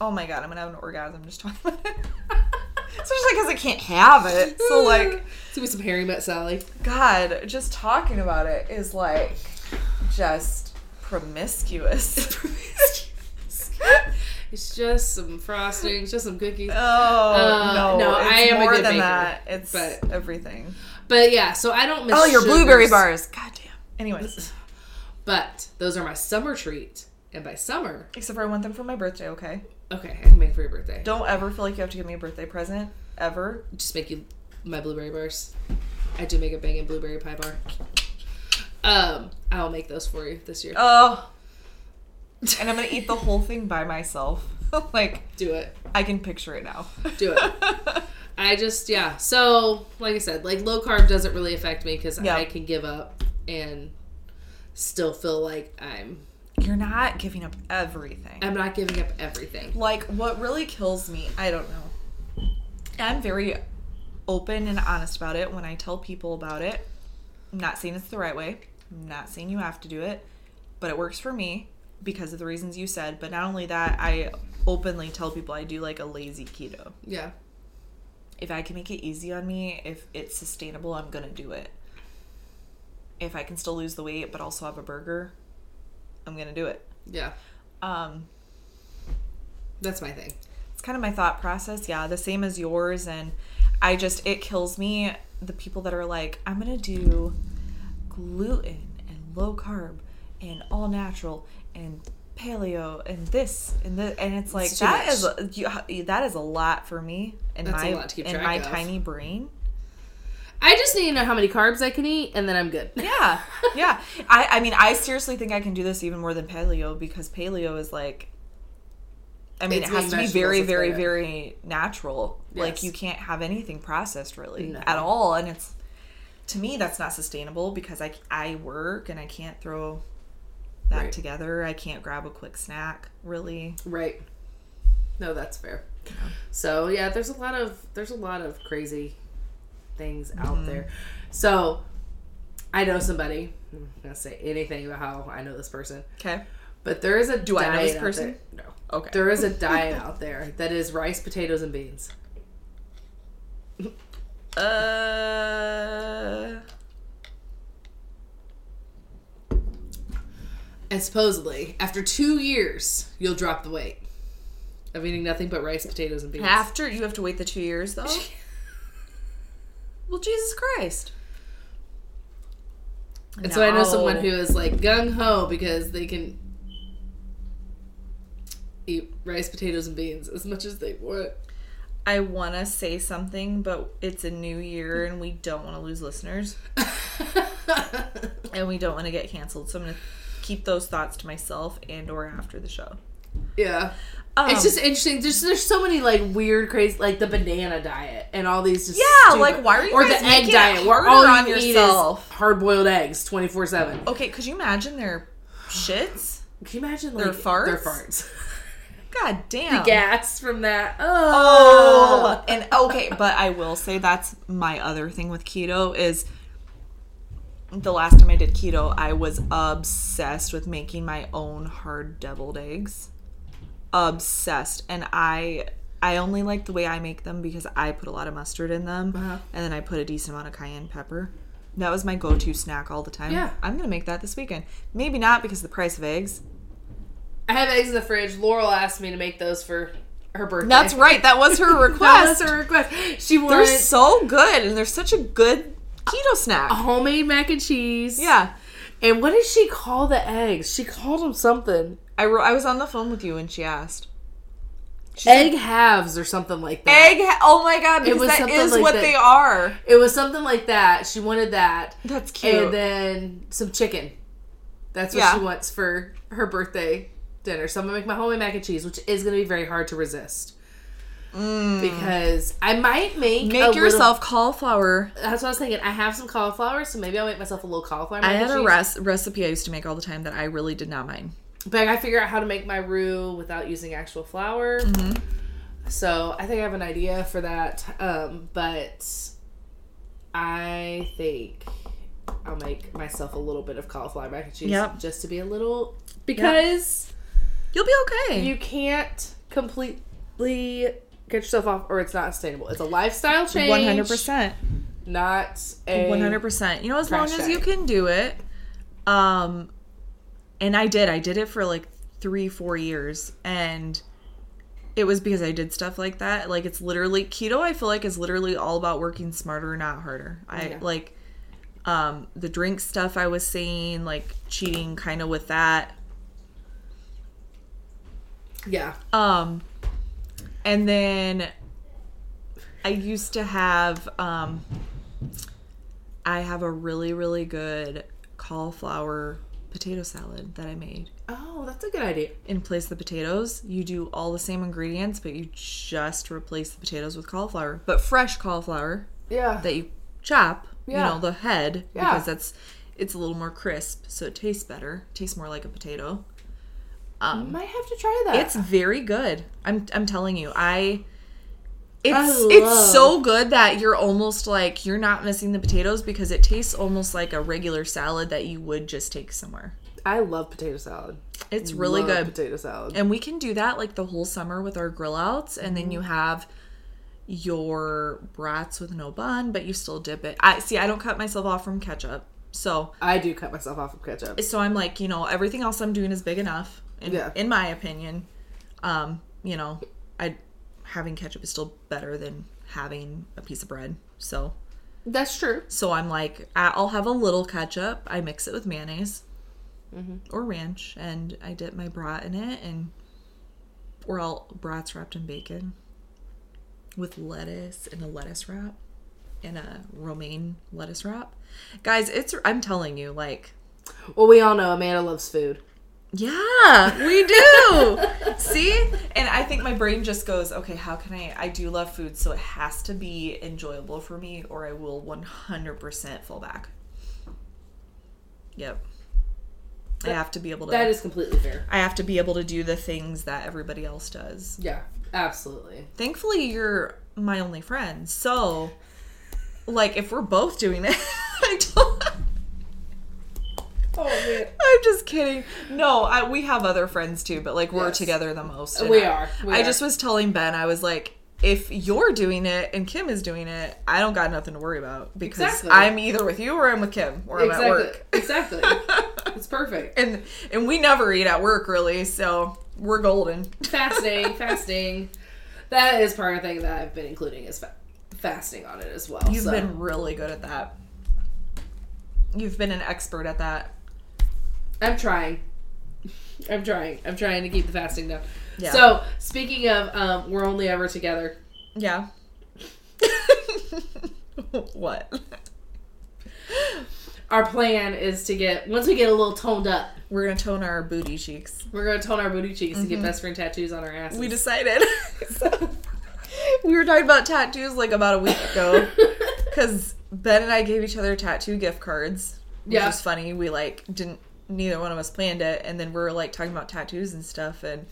B: Oh my god, I'm gonna have an orgasm just talking about it. <laughs> Especially because I can't have it.
A: <laughs>
B: So like,
A: give me some Harry Met Sally.
B: God, just talking about it is like just
A: <laughs>
B: promiscuous. <laughs>
A: It's just some frosting, it's just some cookies.
B: Oh
A: Uh,
B: no,
A: no,
B: it's
A: I am a
B: more
A: good
B: than
A: baker,
B: that. It's
A: but-
B: everything.
A: But yeah, so I don't miss
B: Oh, your blueberry
A: sugars,
B: bars. God damn.
A: <laughs>
B: Anyways,
A: But those are my summer treat. And by summer,
B: except for I want them for my birthday. Okay,
A: okay, I can make for your birthday.
B: don't ever feel like you have to give me a birthday present ever.
A: just make you my blueberry bars. I do make a banging blueberry pie bar. Um, I'll make those for you this year.
B: Oh. And I'm gonna eat the whole thing by myself. <laughs> like
A: Do it.
B: I can picture it now.
A: Do it. I just yeah. So like I said, like low carb doesn't really affect me because
B: Yeah.
A: I can give up and still feel like I'm
B: <laughs> You're not giving up everything.
A: I'm not giving up everything.
B: like what really kills me i don't know i'm very open and honest about it when i tell people about it i'm not saying it's the right way i'm not saying you have to do it but it works for me because of the reasons you said but not only that i openly tell people i do like a lazy keto
A: Yeah.
B: if i can make it easy on me if it's sustainable i'm gonna do it if i can still lose the weight but also have a burger i'm gonna do it
A: Yeah.
B: um
A: That's my thing.
B: it's kind of my thought process yeah the same as yours and i just it kills me the people that are like i'm gonna do gluten and low carb and all natural and paleo and this and this and it's like
A: It's too
B: that
A: much.
B: is you, that is a lot for me in
A: That's a
B: my
A: lot to keep
B: in
A: track
B: my
A: of.
B: tiny brain
A: I just need to know how many carbs I can eat and then I'm good.
B: yeah yeah i i mean i seriously think i can do this even more than paleo because paleo is like i mean
A: It's
B: it has
A: meat
B: to be
A: vegetables,
B: very
A: it's
B: very
A: paleo.
B: very natural like
A: Yes.
B: you can't have anything processed really
A: No.
B: at all and it's to me that's not sustainable because i i work and i can't throw that
A: Right.
B: together i can't grab a quick snack really
A: Right. No, that's fair. So yeah, there's a lot of there's a lot of crazy things
B: Mm-hmm.
A: out there. So I know somebody. I'm not gonna say anything about how I know this person,
B: okay
A: but there is a
B: Do I know this
A: diet out
B: person?
A: there- No.
B: okay
A: There is a diet out there that is rice, potatoes, and beans.
B: uh
A: And supposedly, after two years, you'll drop the weight of eating nothing but rice, potatoes, and beans.
B: after you have to wait the two years though
A: <laughs>
B: well jesus christ
A: And so I know
B: No.
A: someone who is like gung ho because they can eat rice, potatoes, and beans as much as they want. <laughs>
B: I want to say something, but it's a new year and we don't want to lose listeners and we don't want to get canceled. So I'm going to keep those thoughts to myself and or after the show.
A: yeah.
B: Um,
A: it's just interesting. There's there's so many like weird, crazy, like the banana diet and all these. Just
B: Yeah,
A: stupid-
B: like, why are you
A: or
B: guys
A: the egg
B: making it
A: diet where
B: harder
A: all
B: on
A: you eat
B: yourself?
A: is hard boiled eggs twenty four seven.
B: okay, could you imagine their shits?
A: Can you imagine like,
B: Their farts?
A: Their
B: <laughs>
A: farts.
B: God damn.
A: Gas from that. Oh.
B: Oh, and okay, but I will say that's my other thing with keto is the last time I did keto, I was obsessed with making my own hard deviled eggs. Obsessed, and I I only like the way I make them because I put a lot of mustard in them,
A: Uh-huh.
B: and then I put a decent amount of cayenne pepper. That was my go-to snack all the time.
A: Yeah.
B: I'm gonna make that this weekend. Maybe not because of the price of eggs.
A: I have eggs in the fridge. Laurel asked me to make those for her birthday. <laughs>
B: That's right. That was her
A: That was
B: request.
A: her request. She wanted
B: They're so good, and they're such a good keto snack.
A: homemade mac and cheese.
B: Yeah,
A: And what did she call the eggs? She called them something.
B: I wrote, I was on the phone with you when she asked. She
A: Egg halves or something like that.
B: Egg. ha- Oh my god! Because
A: was
B: that
A: something
B: is
A: like
B: what
A: that.
B: they are.
A: It was something like that. She wanted that.
B: That's
A: And then some chicken. That's what
B: Yeah.
A: she wants for her birthday dinner. So I'm gonna make my homemade mac and cheese, which is gonna be very hard to resist. Because I might make a
B: Mm. Make
A: little-
B: yourself cauliflower.
A: that's what I was thinking. I have some cauliflower, so maybe I'll make myself a little cauliflower. Mac
B: I had
A: and
B: a
A: cheese.
B: res- recipe I used to make all the time that I really did not mind.
A: But I gotta figure out how to make my roux without using actual flour.
B: Mm-hmm.
A: So I think I have an idea for that. Um, but I think I'll make myself a little bit of cauliflower mac and cheese
B: Yep.
A: just to be a little because
B: You'll be okay.
A: you can't completely get yourself off or it's not sustainable. It's a lifestyle change.
B: One hundred percent.
A: Not a
B: One hundred percent. You know, as long
A: Crash
B: as you
A: diet.
B: can do it. Um, and I did. I did it for like three, four years, and it was because I did stuff like that. Like it's literally keto. I feel like is literally all about working smarter, not harder. I
A: Yeah.
B: like um the drink stuff I was saying, like cheating, kind of with that.
A: Yeah.
B: Um, and then I used to have um I have a really really good cauliflower potato salad that I made.
A: Oh, that's a good idea.
B: In place of the potatoes, you do all the same ingredients, but you just replace the potatoes with cauliflower, but fresh cauliflower
A: Yeah.
B: that you chop,
A: Yeah.
B: you know, the head
A: Yeah.
B: because that's it's a little more crisp, so it tastes better. tastes more like a potato.
A: I might have to try that.
B: It's very good. I'm I'm telling you, I it's
A: love-
B: it's so good that you're almost like you're not missing the potatoes because it tastes almost like a regular salad that you would just take somewhere.
A: I love potato salad.
B: It's really
A: Love
B: good.
A: potato salad.
B: And we can do that like the whole summer with our grill outs and then you
A: Mm-hmm.
B: have your brats with no bun, but you still dip it. I see I don't cut myself off from ketchup. So
A: I do cut myself off with ketchup.
B: so I'm like, you know, everything else I'm doing is big enough. In,
A: Yeah.
B: in my opinion, um, you know, I having ketchup is still better than having a piece of bread. So,
A: That's true.
B: so I'm like, I- I'll have a little ketchup. I mix it with mayonnaise or ranch, and I dip my brat in it, and or all brats wrapped in bacon with lettuce and a lettuce wrap and a romaine lettuce wrap. Guys, it's I'm telling you, like
A: Well, we all know Amanda loves food.
B: yeah, we <laughs> do. See? And I think my brain just goes, okay, how can I? I do love food, so it has to be enjoyable for me, or I will 100% fall back. Yep. I have to be able to.
A: That is completely fair.
B: I have to be able to do the things that everybody else does.
A: Yeah, absolutely.
B: Thankfully, you're my only friend, so like if we're both doing it, <laughs> I don't.
A: Oh man.
B: I'm just kidding. No, I, we have other friends too, but like we're
A: Yes.
B: together the most.
A: We
B: I-
A: are. We
B: I
A: are.
B: just was telling Ben, I was like, if you're doing it and Kim is doing it, I don't got nothing to worry about because
A: Exactly.
B: I'm either with you or I'm with Kim or I'm
A: Exactly.
B: at work.
A: <laughs> Exactly. It's perfect.
B: and and we never eat at work really, so we're golden.
A: Fasting, fasting. That is part of the thing that I've been including is fa- fasting on it as well.
B: You've
A: so.
B: been really good at that. You've been an expert at that.
A: I'm trying. I'm trying. I'm trying to keep the fasting down.
B: Yeah.
A: So speaking of, um, we're only ever together.
B: Yeah. <laughs> what?
A: Our plan is to get once we get a little toned up,
B: We're gonna tone our booty cheeks.
A: we're gonna tone our booty cheeks to get
B: Mm-hmm.
A: best friend tattoos on our asses.
B: we decided. <laughs> So, we were talking about tattoos like about a week <laughs> ago
A: <laughs>
B: because Ben and I gave each other tattoo gift cards, which
A: Yeah.
B: is funny. We like didn't neither one of us planned it, and then we were like talking about tattoos and stuff, and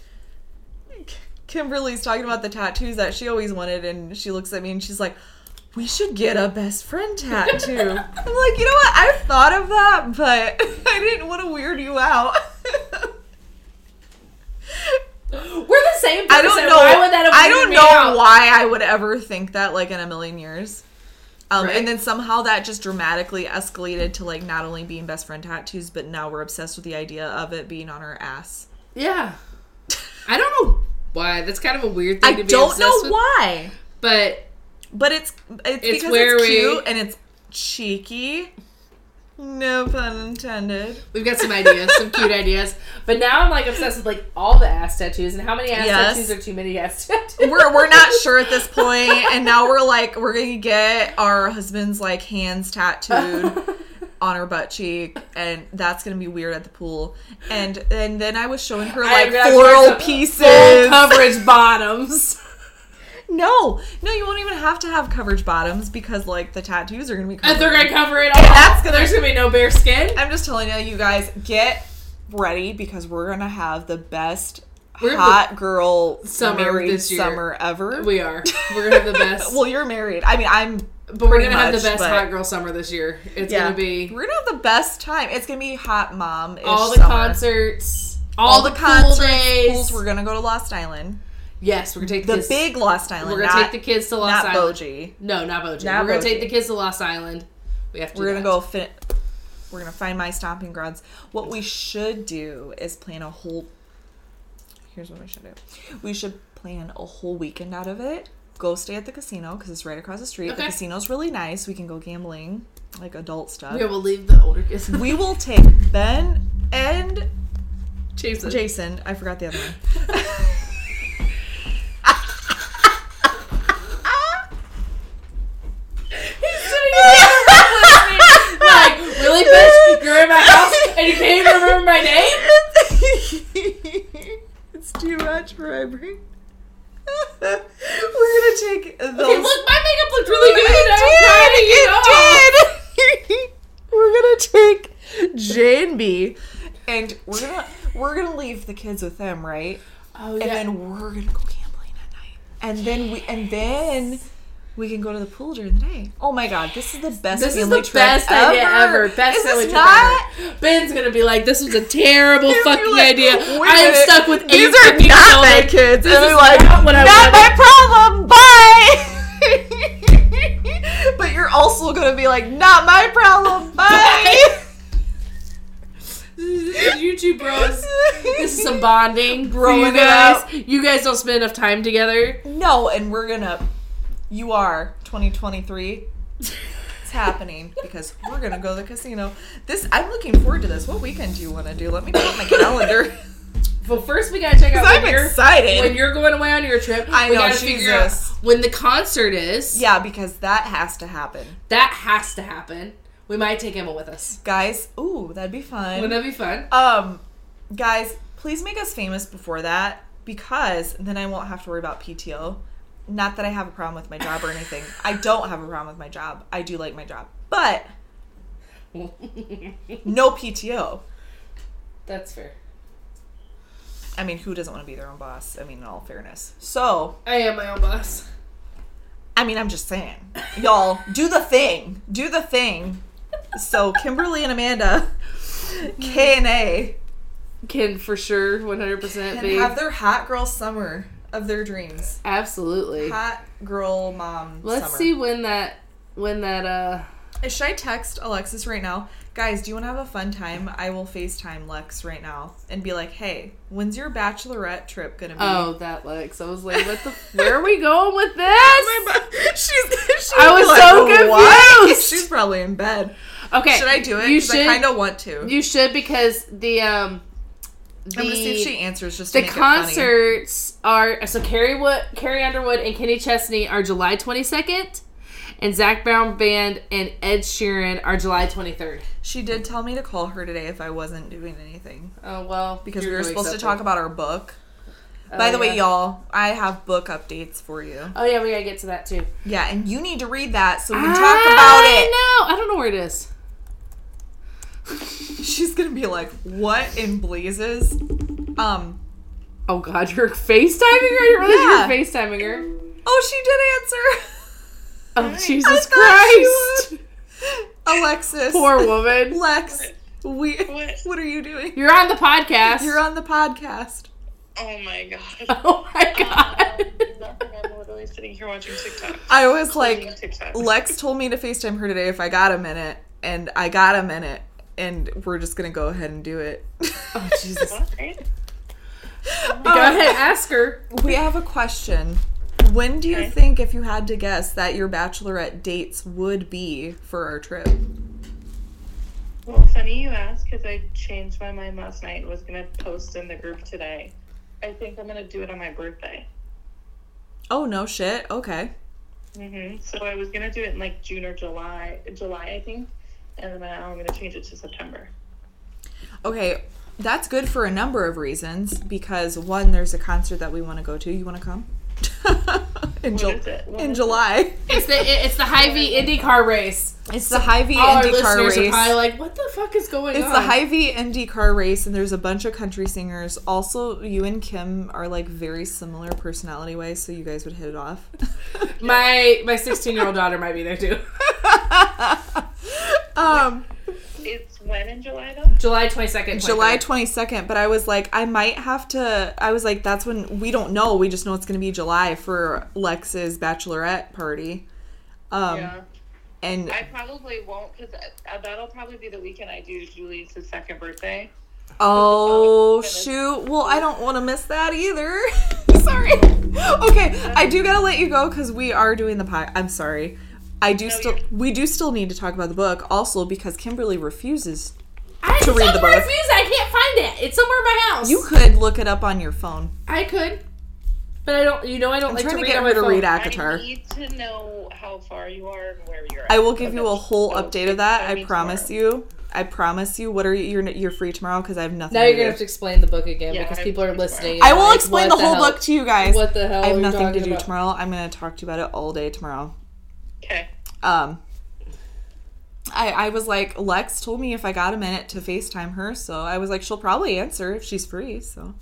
B: Kimberly's talking about the tattoos that she always wanted, and she looks at me and she's like. We should get a best friend <laughs> tattoo. I'm like, you know what? I've thought of that, but <laughs> I didn't want to weird you out. <laughs>
A: we're the same. Person.
B: I don't know.
A: Why would that have
B: I don't
A: weirded me
B: know
A: out?
B: why I would ever think that like in a million years. Um,
A: Right.
B: And then somehow that just dramatically escalated to like not only being best friend tattoos, but now we're obsessed with the idea of it being on our ass.
A: Yeah. I don't know why. That's kind of a weird thing
B: I
A: to be
B: don't
A: obsessed
B: know
A: with,
B: why,
A: But
B: but it's it's, because
A: where
B: it's
A: we-
B: cute and it's cheeky. No pun intended.
A: we've got some ideas, some
B: <laughs>
A: cute ideas. But now I'm like obsessed with like all the ass tattoos and how many ass
B: Yes.
A: tattoos are too many
B: <laughs>
A: ass tattoos.
B: we're we're not sure at this point, and now we're like we're gonna get our husband's like hands tattooed. on her butt cheek, and that's gonna be weird at the pool. And and then I was showing her like
A: gotta
B: floral
A: find some
B: pieces.
A: coverage bottoms. <laughs>
B: no, no, you won't even have to have coverage bottoms because like the tattoos are gonna be.
A: And
B: Covered.
A: they're gonna cover it all. That's
B: that's
A: gonna.
B: gonna-
A: There's gonna be no bare skin.
B: I'm just telling you, you guys get ready because we're gonna have the best
A: We're gonna
B: hot girl
A: Summer
B: married
A: this year.
B: summer ever.
A: We are. We're gonna have the best.
B: <laughs> well, you're married. I mean, I'm.
A: but we're
B: pretty
A: gonna have the
B: much,
A: best
B: but-
A: hot girl summer this year. It's gonna be
B: We're gonna have the best time. It's gonna be hot mom.
A: all the concerts, all,
B: all
A: the,
B: the
A: pool
B: concerts.
A: days.
B: Pools. We're gonna go to Lost Island,
A: yes, we're gonna take the,
B: the
A: kids.
B: big Lost Island.
A: We're gonna
B: not,
A: take the kids to Los
B: not
A: Island.
B: Boji.
A: No, not Boji.
B: Not
A: we're gonna
B: Boji.
A: take the kids to Los Island. We have to.
B: We're
A: do
B: gonna
A: that.
B: go fit. We're gonna find my stomping grounds. What we should do is plan a whole. Here's what we should do. We should plan a whole weekend out of it. Go stay at the casino because it's right across the street.
A: Okay.
B: The casino's really nice. We can go gambling, like adult stuff.
A: Yeah, we'll leave the older
B: <laughs>
A: kids.
B: We will take Ben and
A: Jason.
B: Jason. I forgot the other one. <laughs>
A: remember my name?
B: it's too much for my brain. We're gonna take those.
A: Okay, look, my makeup looked really good.
B: It
A: I'm proud of you.
B: did. It did. <laughs> we're gonna take J and B, and we're gonna we're gonna leave the kids with them, right?
A: Oh
B: And
A: yeah.
B: then we're gonna go gambling at night, and then we and then we can go to the pool during the day. Oh my god, this is the best.
A: this is
B: family
A: the
B: trip
A: best idea ever. Best
B: is
A: family
B: this
A: trip
B: not?
A: ever. Ben's gonna be like, "This was a terrible
B: You'd be
A: fucking
B: like,
A: idea.
B: "Wait a
A: I am
B: minute,
A: stuck with
B: these
A: eight
B: are
A: fucking
B: not my
A: children.
B: kids.
A: This
B: and
A: is
B: I'm like,
A: not what I
B: not my
A: wanted."
B: problem. Bye. <laughs> but you're also gonna be like, not my problem. Bye.
A: you two bros. This
B: <laughs>
A: is some bonding, for
B: Growing
A: you
B: it
A: guys.
B: up.
A: You guys don't spend enough time together.
B: <laughs> no, and we're gonna. You are 2023. It's happening because we're gonna go to the casino. This I'm looking forward to this. What weekend do you want to do? Let me put my
A: <laughs>
B: calendar. <laughs>
A: Well, first we gotta check out
B: 'Cause I'm
A: when you're, when
B: excited.
A: you're going away on your trip.
B: I
A: we
B: know,
A: gotta figure out
B: Jesus.
A: when the concert is.
B: Yeah, because that has to happen,
A: that has to happen. We might take Emma with us.
B: guys. Ooh, that'd be fun.
A: Wouldn't that be <laughs> fun?
B: Um, guys, please make us famous before that because then I won't have to worry about PTO. Not that I have a problem with my job or anything. I don't have a problem with my job. I do like my job, but no PTO.
A: That's fair.
B: I mean, who doesn't want to be their own boss? I mean, in all fairness. So,
A: I am my own boss.
B: I mean, I'm just saying, y'all do the thing, do the thing. So, Kimberly and Amanda, K and A,
A: Can for sure 100%
B: can
A: be.
B: have their hot girl summer of their dreams.
A: Absolutely.
B: Hot girl mom.
A: Let's
B: summer.
A: see when that, when that, uh,
B: Should I text Alexis right now? Guys, do you want to have a fun time? I will FaceTime Lex right now and be like, hey, when's your bachelorette trip going to be?
A: oh, that Lex. I was like, <laughs> what the, where are we going with this?
B: <laughs> she's, she's
A: I was so confused.
B: She's probably in bed.
A: okay.
B: Should I do it?
A: You
B: 'Cause
A: should.
B: I kind of want to.
A: you should because the, um, the,
B: I'm going to see if she answers just to
A: the
B: make it
A: concerts are so Carrie Wood, Carrie Underwood, and Kenny Chesney are July 22nd, and Zach Brown Band and Ed Sheeran are July 23rd.
B: funny. She did tell me to call her today if I wasn't doing anything
A: Oh well,
B: because
A: you're
B: we were
A: doing
B: supposed to
A: something.
B: talk about our book. By
A: Oh,
B: the way,
A: yeah.
B: y'all, I have book updates for you.
A: Oh yeah, we gotta get to that too.
B: Yeah, and you need to read that so we can talk about it.
A: I know. I don't know where it is.
B: <laughs> She's gonna be like, "What in blazes?" Um.
A: Oh God, you're FaceTiming her. You
B: Yeah.
A: really you're FaceTiming her?
B: Oh, she did
A: Oh
B: answer.
A: Jesus
B: I
A: Christ!
B: thought she would. <laughs> Alexis. <laughs>
A: Poor woman.
B: Lex. We. What?
C: What?
B: are you doing?
A: You're on the podcast.
B: You're on the podcast.
C: Oh my god.
A: <laughs>
C: Um,
A: Oh my God.
C: Nothing. I'm literally sitting here watching TikTok.
B: I was like,
C: TikTok.
B: Lex told me to Facetime her today if I got a minute, and I got a minute, and we're just gonna go ahead and do it. <laughs>
A: oh Jesus. Go
C: Right?
B: Oh.
A: ahead, ask her.
B: Um, We have a question. When do you
C: Okay.
B: think, if you had to guess, that your bachelorette dates would be for our trip?
C: Well, funny you ask because I changed my mind last night and was gonna post in the group today. I think I'm gonna do it on my birthday.
B: Oh no shit. Okay.
C: hmm So I was gonna do it in like June or July, July I think, and then now I'm gonna change it to September.
B: Okay. That's good for a number of reasons because one, there's a concert that we want to go to. You want to come? <laughs> in, Ju-
C: What is it? What
B: in
C: is
B: July.
A: It's the it- it's the high V IndyCar race.
B: It's the Hy-Vee
A: All our
B: IndyCar
A: listeners are
B: race.
A: probably like, "What the fuck is going
B: It's
A: on?"
B: the Hy-Vee IndyCar race, and there's a bunch of country singers. Also, you and Kim are like very similar personality wise, so you guys would hit it
C: <laughs>
B: off. <laughs>
A: My my 16 year old daughter might be there <laughs> too.
B: um,
C: It's when in July though.
A: July 22nd.
B: July
A: 23rd.
B: 22nd, but I was like, I might have to. I was like, that's when we don't know. We just know it's going to be July for Lex's bachelorette party. Um,
C: yeah,
B: And
C: I probably won't because that'll probably be the weekend I do Julie's second birthday.
B: oh,
C: goodness.
B: shoot. Well, I don't want to miss that either. <laughs> sorry. Okay, I do got to let you go because we are doing the pie. I'm sorry. I do still,
C: you're-
B: we do still need to talk about the book also because Kimberly refuses.
A: I
B: to read the
A: somewhere
B: book.
A: it's music. I can't find it. It's somewhere in my house.
B: You could look it up on your phone.
A: I could, but I don't. You know, I don't
B: I'm
A: like
B: trying
A: to
B: to
A: read
B: get
A: on
B: her
A: my
B: to
A: phone.
B: read
C: I
B: Akatar.
C: need to know how far you are and where you're at.
B: I will give
C: Okay.
B: you a whole
C: So
B: update
C: it's
B: of that.
C: gonna
B: I
C: be
B: promise
C: tomorrow.
B: you. I promise you. What are you? You're, you're free tomorrow because I have nothing.
A: Now
B: to
A: you're
B: do.
A: gonna have to explain the book again
C: Yeah,
A: because
C: I-
A: people are listening.
B: I
A: and
B: will
A: like,
B: explain the
A: what
B: whole
A: hell-
B: book to you guys.
A: What the hell?
B: I
A: are
B: have
A: you
B: nothing to
A: talking
B: do
A: about?
B: tomorrow. I'm gonna talk to you about it all day tomorrow.
C: Okay.
B: Um, I I was like, Lex told me if I got a minute to Facetime her, so I was like, she'll probably answer if she's free. So.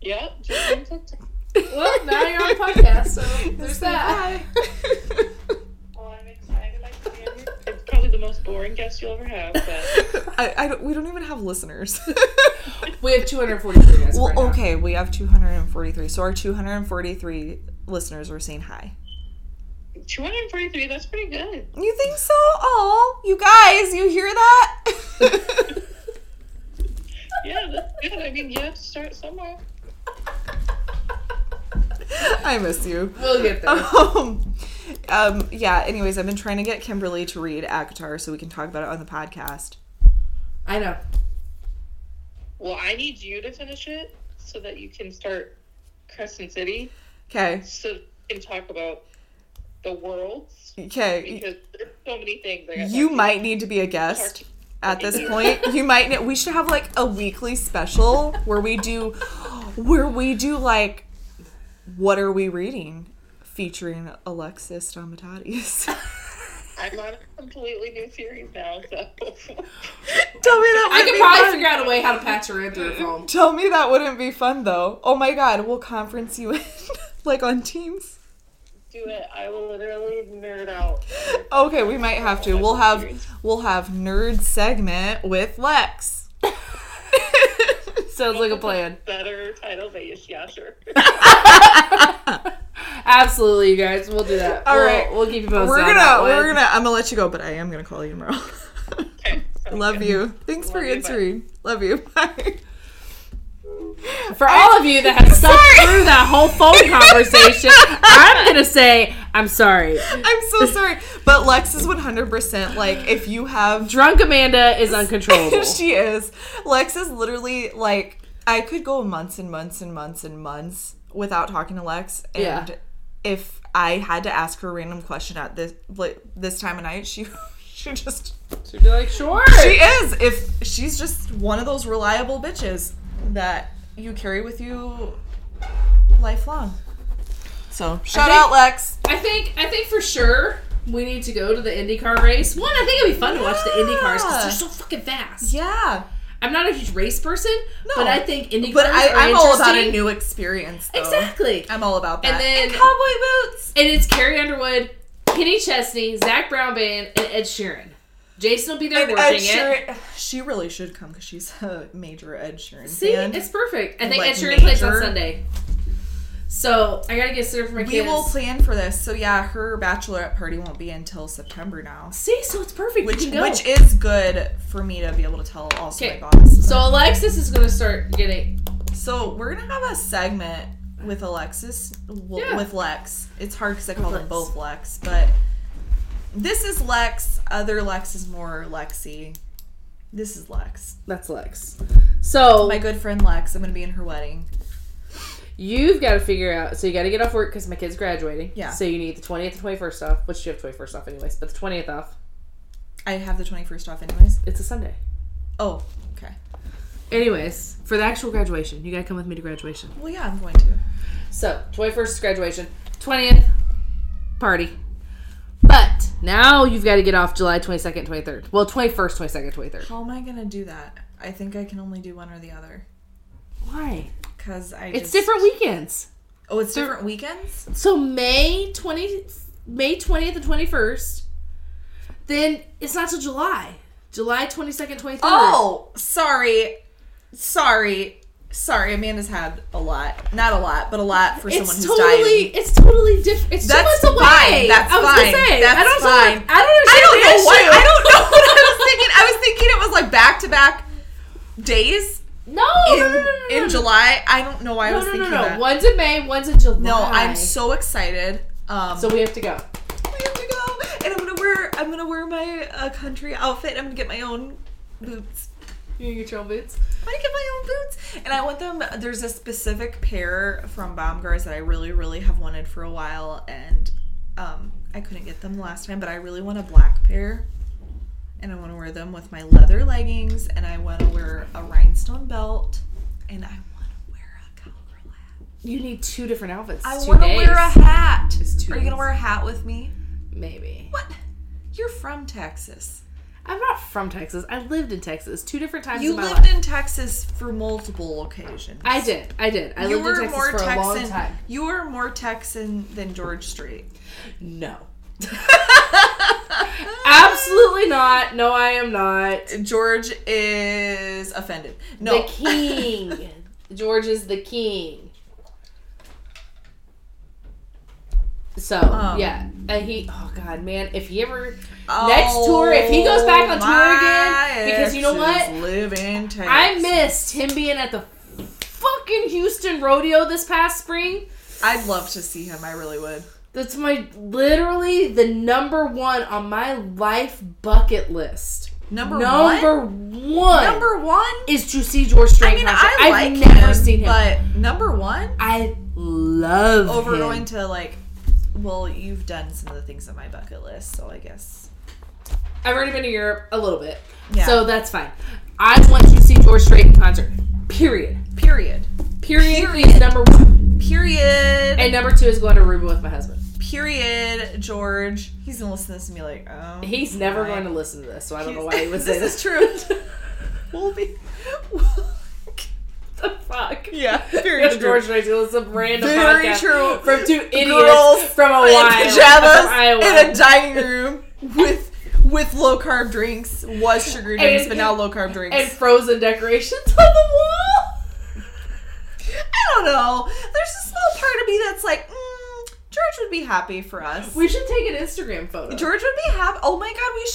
C: Yep. <laughs> Just on TikTok.
A: <laughs> Well, now you're on a podcast,
B: <laughs>
A: so there's that. <laughs>
C: Well, I'm excited. Like, to be on your- it's probably the most boring guest you'll ever have, <laughs> but
B: I, I don't, we don't even have
A: <laughs>
B: listeners. <laughs>
A: We have 243 guys.
B: well,
A: right now.
B: okay, we have 243. So our 243 listeners were saying hi.
C: 243, that's pretty good.
B: You think so? Oh, you guys, you hear that? <laughs>
C: Yeah, that's good. I mean, you have to start somewhere.
B: I miss you.
A: We'll get
B: <laughs>
A: there.
B: Um, um, yeah, anyways, I've been trying to get Kimberly to read ACOTAR so we can talk about it on the podcast.
A: I know.
C: Well, I need you to finish it so that you can start Crescent City
B: Okay.
C: so we can talk about the worlds
B: Okay.
C: because there's so many things I got
B: You might need to be a guest at this point. You might ne- we should have like a weekly special where we do where we do like what are we reading featuring Alexis <laughs> Domitadis.
C: I'm on a completely new series now, so <laughs>
B: Tell me that
A: I
B: would
A: could
B: be
A: probably
B: fun.
A: figure out a way how to patch her in through
B: <laughs>
A: a phone.
B: Tell me that wouldn't be fun though. Oh my god, we'll conference you in <laughs> like on Teams.
C: do it. I will literally nerd out.
B: Okay, we might have to. We'll have we'll have nerd segment with Lex. <laughs>
A: Sounds like a plan.
C: Better title, but yes, yeah, sure. <laughs>
A: Absolutely, you guys. We'll do that.
B: All
A: All
B: right.
A: we'll, keep you posted.
B: we're
A: on
B: gonna
A: that one.
B: we're gonna I'm gonna let you go, but I am gonna call you tomorrow. <laughs>
C: Okay, sounds
B: Love
C: good.
B: you. Thanks for
C: Love you, bye.
B: answering. Love you. <laughs> Bye.
A: For all of you that have stuck
B: Sorry.
A: through that whole
B: <laughs>
A: phone conversation, I'm gonna say I'm sorry.
B: I'm
A: <laughs>
B: so sorry. But Lex is 100% like, if you
A: <laughs>
B: have
A: Drunk Amanda is uncontrollable.
B: <laughs> she is. Lex is literally like I could go months and months and months and months without talking to Lex, and
A: Yeah.
B: if I had to ask her a random question at this like, this time of night, she <laughs> she just
A: She'd be like, sure.
B: she is. If she's just one of those reliable bitches that you carry with you lifelong. So shout
A: think-
B: out Lex.
A: I think I think for sure we need to go to the IndyCar race. One, I think it'd be fun to watch the IndyCars because
B: Yeah.
A: they're so fucking fast.
B: Yeah,
A: I'm not a huge race person,
B: No.
A: but I think IndyCars
B: but I,
A: are
B: I'm all about a
A: interesting.
B: new experience. Though.
A: exactly.
B: I'm all about that.
A: And then-
B: cowboy boots.
A: And it's Carrie Underwood, Kenny Chesney, Zach Brown Band, and Ed Sheeran. Jason will be there
B: And Ed
A: working it.
B: Sheeran, <sighs> she really should come because she's a major Ed Sheeran
A: See,
B: fan.
A: it's perfect. I think
B: Like
A: Ed Sheeran plays on
B: major.
A: Sunday. So I gotta get started for my
B: we
A: kids.
B: will plan for this. So yeah, her bachelorette party won't be until September now,
A: See, so it's perfect.
B: which
A: we can go.
B: which is good for me to be able to tell also
A: Okay.
B: my boss.
A: so Alexis is gonna start getting.
B: So we're gonna have a segment with Alexis w-
A: Yeah.
B: with Lex. It's hard because I call them
A: Lex.
B: both Lex, but this is Lex. Other Lex is more Lexi. This is Lex.
A: That's Lex. So
B: My good friend Lex. I'm gonna be in her wedding.
A: You've got to figure out. So you got to get off work because my kid's graduating.
B: Yeah.
A: So you need the twentieth and twenty first off, which you have twenty first off anyways. But the twentieth off,
B: I have the 21st off, anyways.
A: it's a Sunday.
B: Oh, okay.
A: Anyways, for the actual graduation, you got to come with me to graduation.
B: Well, yeah, I'm going to.
A: So twenty first is graduation, twentieth party. But now you've got to get off July twenty second, twenty third. Well, twenty first, twenty second, twenty third.
B: How am I gonna do that? I think I can only do one or the other.
A: Why?
B: Cause I
A: It's
B: just-
A: different weekends.
B: Oh, it's different weekends.
A: So May twenty, May twentieth and twenty first. Then it's not till July. July twenty second, twenty third.
B: Oh, sorry, sorry, sorry. Amanda's had a lot. Not a lot, but a lot for someone
A: It's
B: who's
A: totally,
B: dying.
A: it's totally different. It's
B: That's
A: two months
B: fine.
A: away.
B: That's
A: I was
B: fine.
A: gonna say.
B: That's
A: I don't
B: fine.
A: Know, I don't.
B: I
A: Understand
B: don't
A: the
B: know what.
A: issue.
B: I don't know <laughs> what I was thinking. I was thinking it was like back to back days
A: No,
B: in
A: Oh, no, no, no, no, no.
B: in July. I don't know why I
A: No,
B: was
A: no, no,
B: thinking
A: no.
B: that.
A: One's in May. One's in July.
B: No, I'm so excited. Um,
A: So we have to go.
B: We have to go, and I'm gonna wear I'm gonna wear my uh, country outfit. I'm gonna get my own boots.
A: You gonna get your own boots?
B: I'm gonna get my own boots, and I want them. There's a specific pair from Baumgars that I really, really have wanted for a while, and um, I couldn't get them the last time, but I really want a black pair. and I want to wear them with my leather leggings, and I want to wear a rhinestone belt, and I want to wear a cowper hat.
A: You need two different outfits.
B: I
A: two
B: want to
A: days.
B: wear a hat.
A: It's two
B: Are you gonna
A: days.
B: wear a hat with me?
A: Maybe.
B: What? You're from Texas.
A: I'm not from Texas. I lived in Texas two different times
B: You
A: in my
B: lived
A: life.
B: in Texas for multiple occasions.
A: I did. I did. I
B: you
A: lived
B: were
A: in Texas
B: more
A: for
B: Texan.
A: a long time.
B: You were more Texan than
A: <laughs>
B: George Strait.
A: No. Absolutely not. No, I am not.
B: George is offended. No,
A: The
B: <laughs>
A: king. <laughs> George is the king. So
B: Um.
A: yeah, and he. Oh God, man! If he ever
B: Oh,
A: Next tour, if he goes back on tour
B: my
A: again, because you know what?
B: exes live in Texas.
A: I missed him being at the fucking Houston rodeo this past spring.
B: I'd love to see him. I really would.
A: That's my literally the number one on my life bucket list.
B: Number, one.
A: number one.
B: Number one.
A: is to see George Strait.
B: I mean,
A: concert.
B: I
A: I've
B: like
A: never
B: him,
A: seen him.
B: but number one
A: I love
B: over
A: him.
B: going to like. Well, you've done some of the things on my bucket list, so I guess.
A: I've already been to Europe a little bit,
B: Yeah.
A: so that's fine. I want to see George Strait in concert. Period.
B: Period.
A: Period,
B: Period.
A: is number one,
B: Period.
A: and number two is going to Aruba with my husband.
B: period. George, he's gonna listen to this and be like, "Oh,
A: He's never
B: my.
A: going to listen to this, so I don't know
B: He's-
A: why
B: <laughs>
A: he would say
B: this
A: this. <laughs>
B: is true. We'll be.
A: <laughs> the fuck?
B: yeah,
A: Go
B: very
A: to
B: true.
A: George Strait to listen to random
B: Very
A: podcast
B: true.
A: from two idiots
B: Girls
A: from
B: in
A: Hawaii,
B: pajamas
A: from <laughs> Iowa.
B: in a dining room with with low carb drinks was sugar drinks,
A: And-
B: but now low carb drinks. <laughs>
A: and frozen decorations <laughs> on the wall.
B: I don't know. There's a small part of me that's like, mm, George would be happy for us.
A: We should take an Instagram photo.
B: George would be happy. Oh my god, we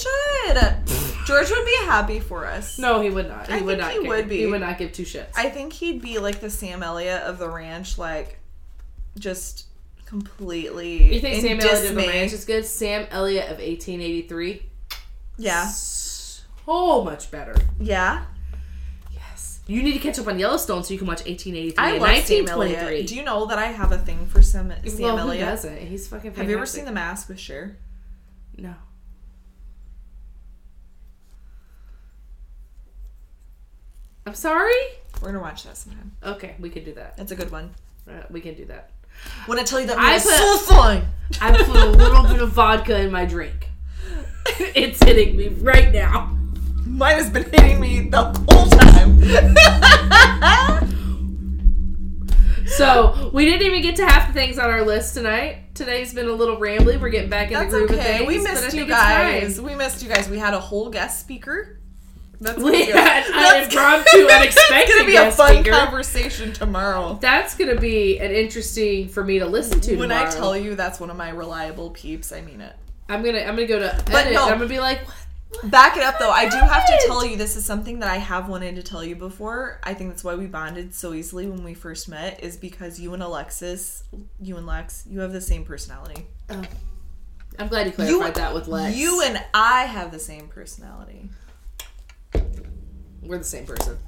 B: should. George would be happy for us.
A: No, he would not. He
B: I
A: would
B: think
A: not.
B: he
A: care.
B: would be.
A: He would not give two shits.
B: I think he'd be like the Sam Elliott of the ranch, like just completely.
A: you think
B: in
A: Sam Elliott of the
B: dismay.
A: Ranch is good? Sam Elliott of 1883.
B: Yeah,
A: So much better.
B: yeah.
A: Yes. You need to catch up on Yellowstone so you can watch 1883
B: I
A: and
B: love Sam Elliott. Do
A: 1923.
B: you know that I have a thing for Sam, Sam
A: well, who
B: Elliott?
A: doesn't? He's fucking. Fantastic.
B: Have you ever seen The Mask with Cher?
A: No. I'm sorry.
B: We're gonna watch that sometime.
A: Okay, we can do that.
B: That's a good one.
A: Uh, we can do that.
B: When I tell you that
A: I
B: I
A: put-
B: so fun.
A: I put a little bit of vodka in my drink. <laughs> It's hitting me right now.
B: Mine has been hitting me the whole time. <laughs>
A: So we didn't even get to half the things on our list tonight. Today's been a little rambly. We're getting back in
B: That's
A: the groove of
B: okay.
A: things.
B: We
A: but I
B: missed
A: think
B: you
A: it's fine.
B: guys. We missed you guys. We had a whole guest speaker. That's
A: We <laughs>
B: gonna be a-
A: had an
B: <laughs> that's-
A: impromptu,
B: It's
A: unexpected
B: gonna be a
A: guest
B: fun
A: speaker.
B: conversation tomorrow.
A: That's gonna be an interesting for me to listen to.
B: When
A: tomorrow.
B: I tell you that's one of my reliable peeps, I mean it.
A: I'm gonna I'm gonna go to edit.
B: But
A: and
B: no.
A: I'm gonna be like, what?
B: Back it up though. I do have to
A: Yes.
B: tell you this is something that I have wanted to tell you before. I think that's why we bonded so easily when we first met is because you and Alexis, you and Lex, you have the same personality.
A: I'm glad you
B: You-
A: clarified that with Lex.
B: You and I have the same personality.
A: we're the same person.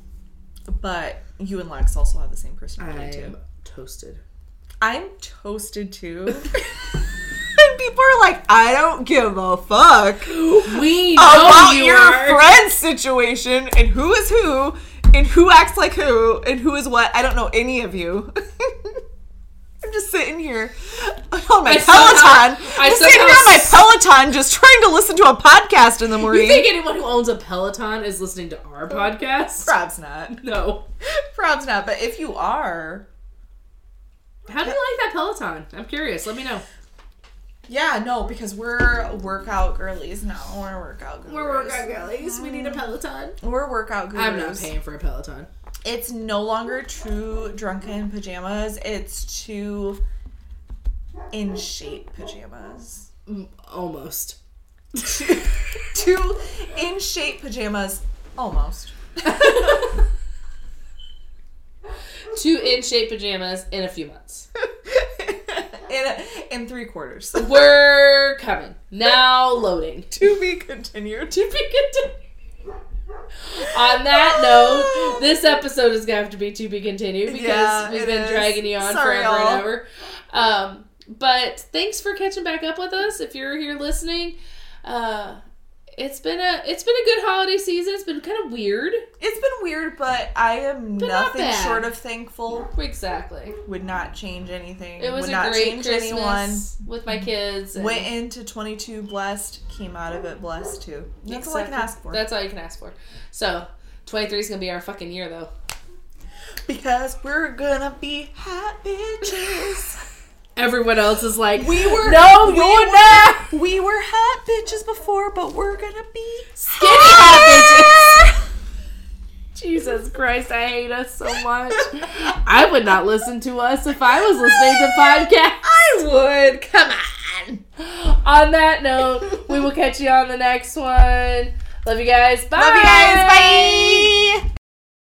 B: But you and Lex also have the same personality
A: I'm
B: too.
A: toasted.
B: I'm toasted too. <laughs> and people are like, I don't give a fuck
A: <laughs> We know
B: about
A: you
B: your
A: are.
B: friend situation and who is who and who acts like who and who is what. I don't know any of you. <laughs> I'm just sitting here on my
A: I
B: Peloton.
A: somehow- I
B: I'm sitting here on my Peloton just trying to listen to a podcast in the
A: you
B: morning.
A: think anyone who owns a Peloton is listening to our podcast?
B: Prob's not.
A: No.
B: Prob's not, but if you are,
A: How do you like that Peloton? I'm curious. Let me know.
B: yeah, no, because we're workout girlies now. We're workout girlies.
A: girlies. We need a Peloton.
B: We're workout girlies.
A: I'm not paying for a Peloton.
B: It's no longer true drunken pajamas. It's too in shape
A: <laughs>
B: pajamas.
A: Mm, <laughs> Almost.
B: Too in shape pajamas,
A: <laughs>
B: almost.
A: Two in shape pajamas in a few months.
B: in in
A: <laughs>
B: three quarters.
A: We're coming. Now loading.
B: to be continued.
A: To be continued. <laughs> On that note, this episode is gonna have to be to be continued because
B: Yeah,
A: we've
B: it
A: been
B: is.
A: dragging you on
B: Sorry,
A: forever
B: y'all.
A: and ever. Um, but thanks for catching back up with us. If you're here listening, uh, It's been a it's been a good holiday season. It's been kind of weird.
B: It's been weird, but I am
A: But not
B: nothing
A: bad.
B: short of thankful.
A: Exactly.
B: Would not change anything.
A: It was
B: Would
A: a
B: not
A: great
B: change
A: Christmas
B: anyone.
A: with my kids. and-
B: Went into 22 blessed, came out of it blessed too. That's all I can
A: Exactly.
B: ask for.
A: That's all you can ask for. So, 23 is gonna be our fucking year though.
B: because we're gonna be hot
A: <laughs>
B: bitches.
A: Everyone else is like,
B: We were-
A: no,
B: we
A: you're
B: were-
A: not.
B: we were hot bitches before, but we're gonna
A: <laughs>
B: be
A: Skinny
B: <laughs>
A: hot bitches. Jesus Christ, I hate us so much. I would not listen to us if I was listening to podcasts.
B: I would. Come on.
A: On that note, we will catch you on the next one. Love you guys. Bye.
B: Love you guys. Bye.